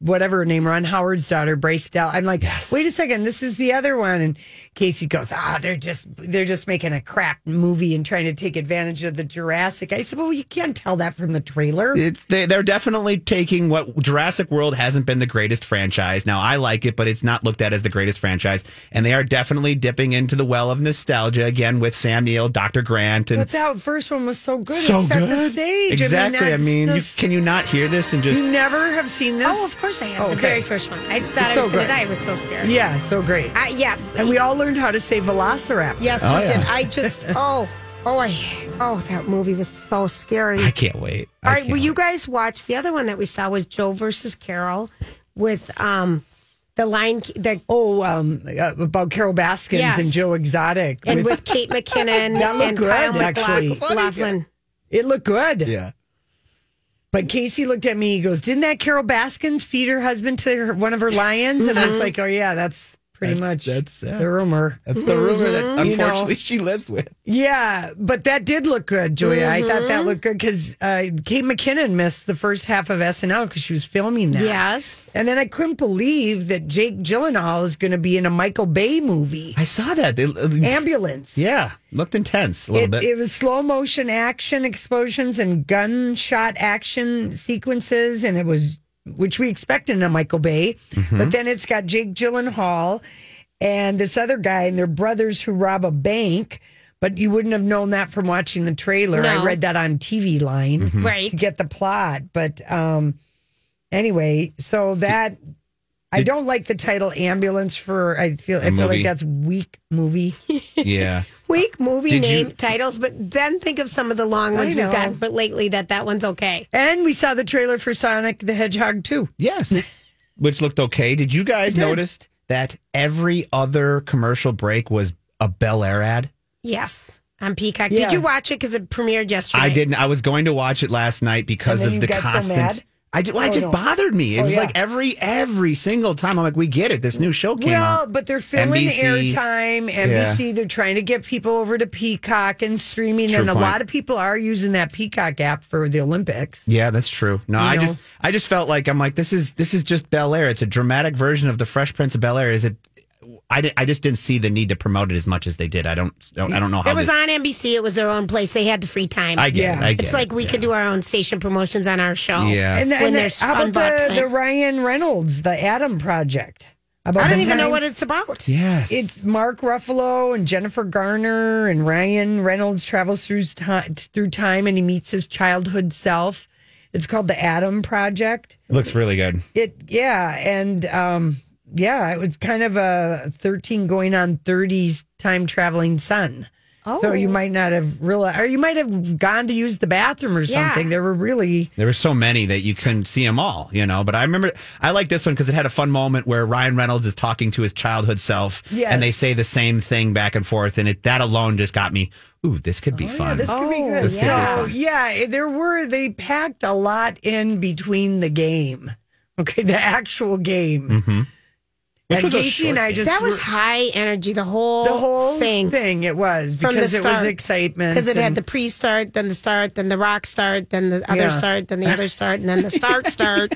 [SPEAKER 3] whatever her name Ron Howard's daughter Bryce Dell. I'm like, wait a second, this is the other one. And Casey goes, ah, they're just they're just making a crap movie and trying to take advantage of the Jurassic. I said, well, you can't tell that from the trailer.
[SPEAKER 1] It's they, they're definitely taking what Jurassic World hasn't been the greatest franchise. Now I like it, but it's not looked at as the greatest franchise, and they are definitely dipping into the well of nostalgia again with Sam Neill, Dr. Grant, and
[SPEAKER 3] But that first one was so good.
[SPEAKER 1] so
[SPEAKER 3] it set
[SPEAKER 1] good.
[SPEAKER 3] the stage.
[SPEAKER 1] Exactly. I
[SPEAKER 3] that's Mm.
[SPEAKER 1] mean, you,
[SPEAKER 3] just-
[SPEAKER 1] can you not hear this and just?
[SPEAKER 3] you never have seen this?
[SPEAKER 2] oh, of course I
[SPEAKER 3] Oh,
[SPEAKER 2] have. The
[SPEAKER 3] okay.
[SPEAKER 2] very first one. I thought I
[SPEAKER 3] So
[SPEAKER 2] was going
[SPEAKER 3] good.
[SPEAKER 2] to die. I was so scared.
[SPEAKER 3] Yeah, so great.
[SPEAKER 2] I, yeah.
[SPEAKER 3] and we all learned how to say Velociraptor.
[SPEAKER 2] Yes, we
[SPEAKER 1] yeah.
[SPEAKER 2] did. I just. Oh, oh, I. Oh, that movie was so scary.
[SPEAKER 1] I can't wait.
[SPEAKER 2] All
[SPEAKER 1] I
[SPEAKER 2] right,
[SPEAKER 1] can't
[SPEAKER 2] will you
[SPEAKER 1] wait.
[SPEAKER 2] guys watch the other one that we saw was Joe versus Carol with um the line the
[SPEAKER 3] Oh, um, uh, about Carol Baskins
[SPEAKER 2] Yes.
[SPEAKER 3] and Joe Exotic.
[SPEAKER 2] and with Kate McKinnon
[SPEAKER 3] That looked
[SPEAKER 2] and
[SPEAKER 3] good,
[SPEAKER 2] Kyle
[SPEAKER 3] actually.
[SPEAKER 2] McLaughlin.
[SPEAKER 3] it looked good.
[SPEAKER 1] Yeah.
[SPEAKER 3] But Casey looked at me. He goes, "Didn't that Carol Baskins feed her husband to her, one of her lions?" And I
[SPEAKER 2] Mm-hmm.
[SPEAKER 3] was like, "Oh yeah, that's pretty much
[SPEAKER 1] that's, uh,
[SPEAKER 3] the rumor."
[SPEAKER 1] That's the rumor that
[SPEAKER 3] unfortunately,
[SPEAKER 1] she lives with.
[SPEAKER 3] Yeah, but that did look good, Julia. I thought
[SPEAKER 2] Mm-hmm.
[SPEAKER 3] that looked good because uh, Kate McKinnon missed the first half of SNL because she was filming that.
[SPEAKER 2] Yes.
[SPEAKER 3] And then I couldn't believe that Jake Gyllenhaal is going to be in a Michael Bay movie,
[SPEAKER 1] I saw that. They, uh,
[SPEAKER 3] Ambulance.
[SPEAKER 1] yeah, looked intense a little
[SPEAKER 3] it,
[SPEAKER 1] bit.
[SPEAKER 3] it was slow motion action explosions and gunshot action sequences, and it was which we expect in a Michael Bay.
[SPEAKER 1] Mm-hmm.
[SPEAKER 3] But then it's got Jake Gyllenhaal and this other guy, and they're brothers who rob a bank. But you wouldn't have known that from watching the trailer. I
[SPEAKER 2] No.
[SPEAKER 3] read that on TV Line
[SPEAKER 1] Mm-hmm. Hmm.
[SPEAKER 2] Right.
[SPEAKER 3] to get the plot. But um, anyway, so that. I don't like the title ambulance for I feel I feel like
[SPEAKER 1] movie.
[SPEAKER 3] that's weak movie.
[SPEAKER 1] yeah.
[SPEAKER 2] Weak movie
[SPEAKER 1] Did you-
[SPEAKER 2] name titles, but then think of some of the long ones
[SPEAKER 3] know.
[SPEAKER 2] we've gotten but lately that that one's okay.
[SPEAKER 3] And we saw the trailer for Sonic the Hedgehog too.
[SPEAKER 1] Yes. Which looked okay. Did you guys notice that every other commercial break was a Bel Air ad?
[SPEAKER 2] Yes. On Peacock.
[SPEAKER 3] Yeah.
[SPEAKER 2] Did you watch it cuz it premiered yesterday?
[SPEAKER 1] I didn't. I was going to watch it last night because
[SPEAKER 3] And then
[SPEAKER 1] of
[SPEAKER 3] you
[SPEAKER 1] the
[SPEAKER 3] got so
[SPEAKER 1] constant.
[SPEAKER 3] mad?
[SPEAKER 1] I did, well, it
[SPEAKER 3] Oh,
[SPEAKER 1] just
[SPEAKER 3] no.
[SPEAKER 1] bothered me. It
[SPEAKER 3] Oh,
[SPEAKER 1] was
[SPEAKER 3] yeah.
[SPEAKER 1] like every every single time. I'm like, we get it. This new show came
[SPEAKER 3] well,
[SPEAKER 1] out.
[SPEAKER 3] but they're filling
[SPEAKER 1] NBC.
[SPEAKER 3] airtime. NBC, they're trying to get people over to Peacock and streaming.
[SPEAKER 1] True
[SPEAKER 3] and a
[SPEAKER 1] point.
[SPEAKER 3] lot of people are using that Peacock app for the Olympics.
[SPEAKER 1] Yeah, that's true. No, I just I just felt like I'm like this is this is just Bel Air. It's a dramatic version of the Fresh Prince of Bel Air. Is it? I, di- I just didn't see the need to promote it as much as they did. I don't I don't know how
[SPEAKER 2] It was
[SPEAKER 1] this-
[SPEAKER 2] on NBC. It was their own place. They had the free time.
[SPEAKER 1] I get it.
[SPEAKER 3] Yeah.
[SPEAKER 1] I get
[SPEAKER 2] it's like
[SPEAKER 1] it.
[SPEAKER 2] we could do our own station promotions on our show.
[SPEAKER 1] Yeah.
[SPEAKER 3] And,
[SPEAKER 2] When
[SPEAKER 3] and
[SPEAKER 2] there's
[SPEAKER 3] how about
[SPEAKER 2] unbought
[SPEAKER 3] the,
[SPEAKER 2] time.
[SPEAKER 3] the Ryan Reynolds, the Adam Project? About
[SPEAKER 2] I don't
[SPEAKER 3] the
[SPEAKER 2] even know
[SPEAKER 3] time-
[SPEAKER 2] what it's about.
[SPEAKER 1] yes.
[SPEAKER 3] It's Mark Ruffalo and Jennifer Garner and Ryan Reynolds travels through time, through time and he meets his childhood self. It's called the Adam Project.
[SPEAKER 1] looks really good.
[SPEAKER 3] It yeah, and um yeah, it was kind of a 13 going on 30s time traveling son. So
[SPEAKER 2] Oh.
[SPEAKER 3] you might not have realized, or you might have gone to use the bathroom or
[SPEAKER 2] Yeah.
[SPEAKER 3] something. There were really
[SPEAKER 1] There were so many that you couldn't see them all, you know. But I remember I like this one because it had a fun moment where Ryan Reynolds is talking to his childhood self,
[SPEAKER 3] Yes.
[SPEAKER 1] and they say the same thing back and forth, and it that alone just got me. Ooh, this could be fun.
[SPEAKER 3] this could be
[SPEAKER 2] Oh,
[SPEAKER 3] good.
[SPEAKER 1] This could be
[SPEAKER 3] So
[SPEAKER 1] fun.
[SPEAKER 3] yeah, it- there were they packed a lot in between the game. Okay, the actual game.
[SPEAKER 1] Mm-hmm. Which
[SPEAKER 3] and
[SPEAKER 1] was a
[SPEAKER 3] Casey
[SPEAKER 1] short
[SPEAKER 3] and I
[SPEAKER 1] game.
[SPEAKER 3] just
[SPEAKER 2] That was
[SPEAKER 3] were-
[SPEAKER 2] high energy, the whole,
[SPEAKER 3] the whole
[SPEAKER 2] thing.
[SPEAKER 3] thing. It was
[SPEAKER 2] From
[SPEAKER 3] because
[SPEAKER 2] the
[SPEAKER 3] it was
[SPEAKER 2] start.
[SPEAKER 3] excitement
[SPEAKER 2] Because it had
[SPEAKER 3] and-
[SPEAKER 2] the pre start, then the start, then the rock start, then the other
[SPEAKER 3] Yeah.
[SPEAKER 2] start, then the other start, and then the start start.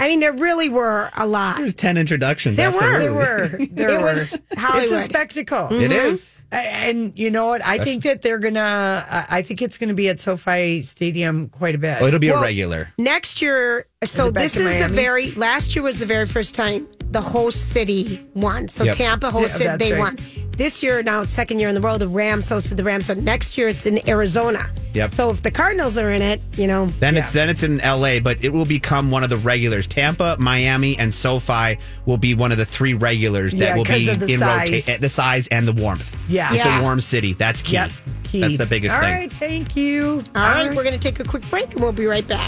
[SPEAKER 2] I mean, there really were a lot.
[SPEAKER 1] There's ten introductions.
[SPEAKER 2] There were.
[SPEAKER 3] there
[SPEAKER 1] absolutely.
[SPEAKER 3] were there
[SPEAKER 2] It
[SPEAKER 3] were.
[SPEAKER 2] was
[SPEAKER 3] It's a
[SPEAKER 2] Hollywood.
[SPEAKER 3] spectacle.
[SPEAKER 1] It is.
[SPEAKER 2] Mm-hmm.
[SPEAKER 3] A- And you know what? I think that they're gonna. I I think it's gonna be at SoFi Stadium quite a bit.
[SPEAKER 1] Oh, it'll be
[SPEAKER 2] Well,
[SPEAKER 1] a regular.
[SPEAKER 2] Next year, so
[SPEAKER 3] it back
[SPEAKER 2] this
[SPEAKER 3] in
[SPEAKER 2] is the
[SPEAKER 3] Miami?
[SPEAKER 2] very last year was the very first time the host city won. So
[SPEAKER 1] Yep.
[SPEAKER 2] Tampa hosted,
[SPEAKER 3] Yeah, that's
[SPEAKER 2] they
[SPEAKER 3] right.
[SPEAKER 2] won. This year now it's second year in the row. The Rams hosted the Rams. So next year it's in Arizona.
[SPEAKER 1] Yep.
[SPEAKER 2] So if the Cardinals are in it, you know,
[SPEAKER 1] Then it's then it's in L.A., but it will become one of the regulars. Tampa, Miami, and SoFi will be one of the three regulars that
[SPEAKER 3] Yeah,
[SPEAKER 1] will
[SPEAKER 3] 'cause
[SPEAKER 1] be
[SPEAKER 3] of the
[SPEAKER 1] in
[SPEAKER 3] size.
[SPEAKER 1] rotation. The size and the warmth.
[SPEAKER 3] Yeah.
[SPEAKER 1] it's
[SPEAKER 2] Yeah.
[SPEAKER 1] a warm city. That's key.
[SPEAKER 3] Yep.
[SPEAKER 1] That's the biggest
[SPEAKER 3] All
[SPEAKER 1] thing.
[SPEAKER 3] right, thank you.
[SPEAKER 2] all right, we're going to take a quick break and we'll be right back.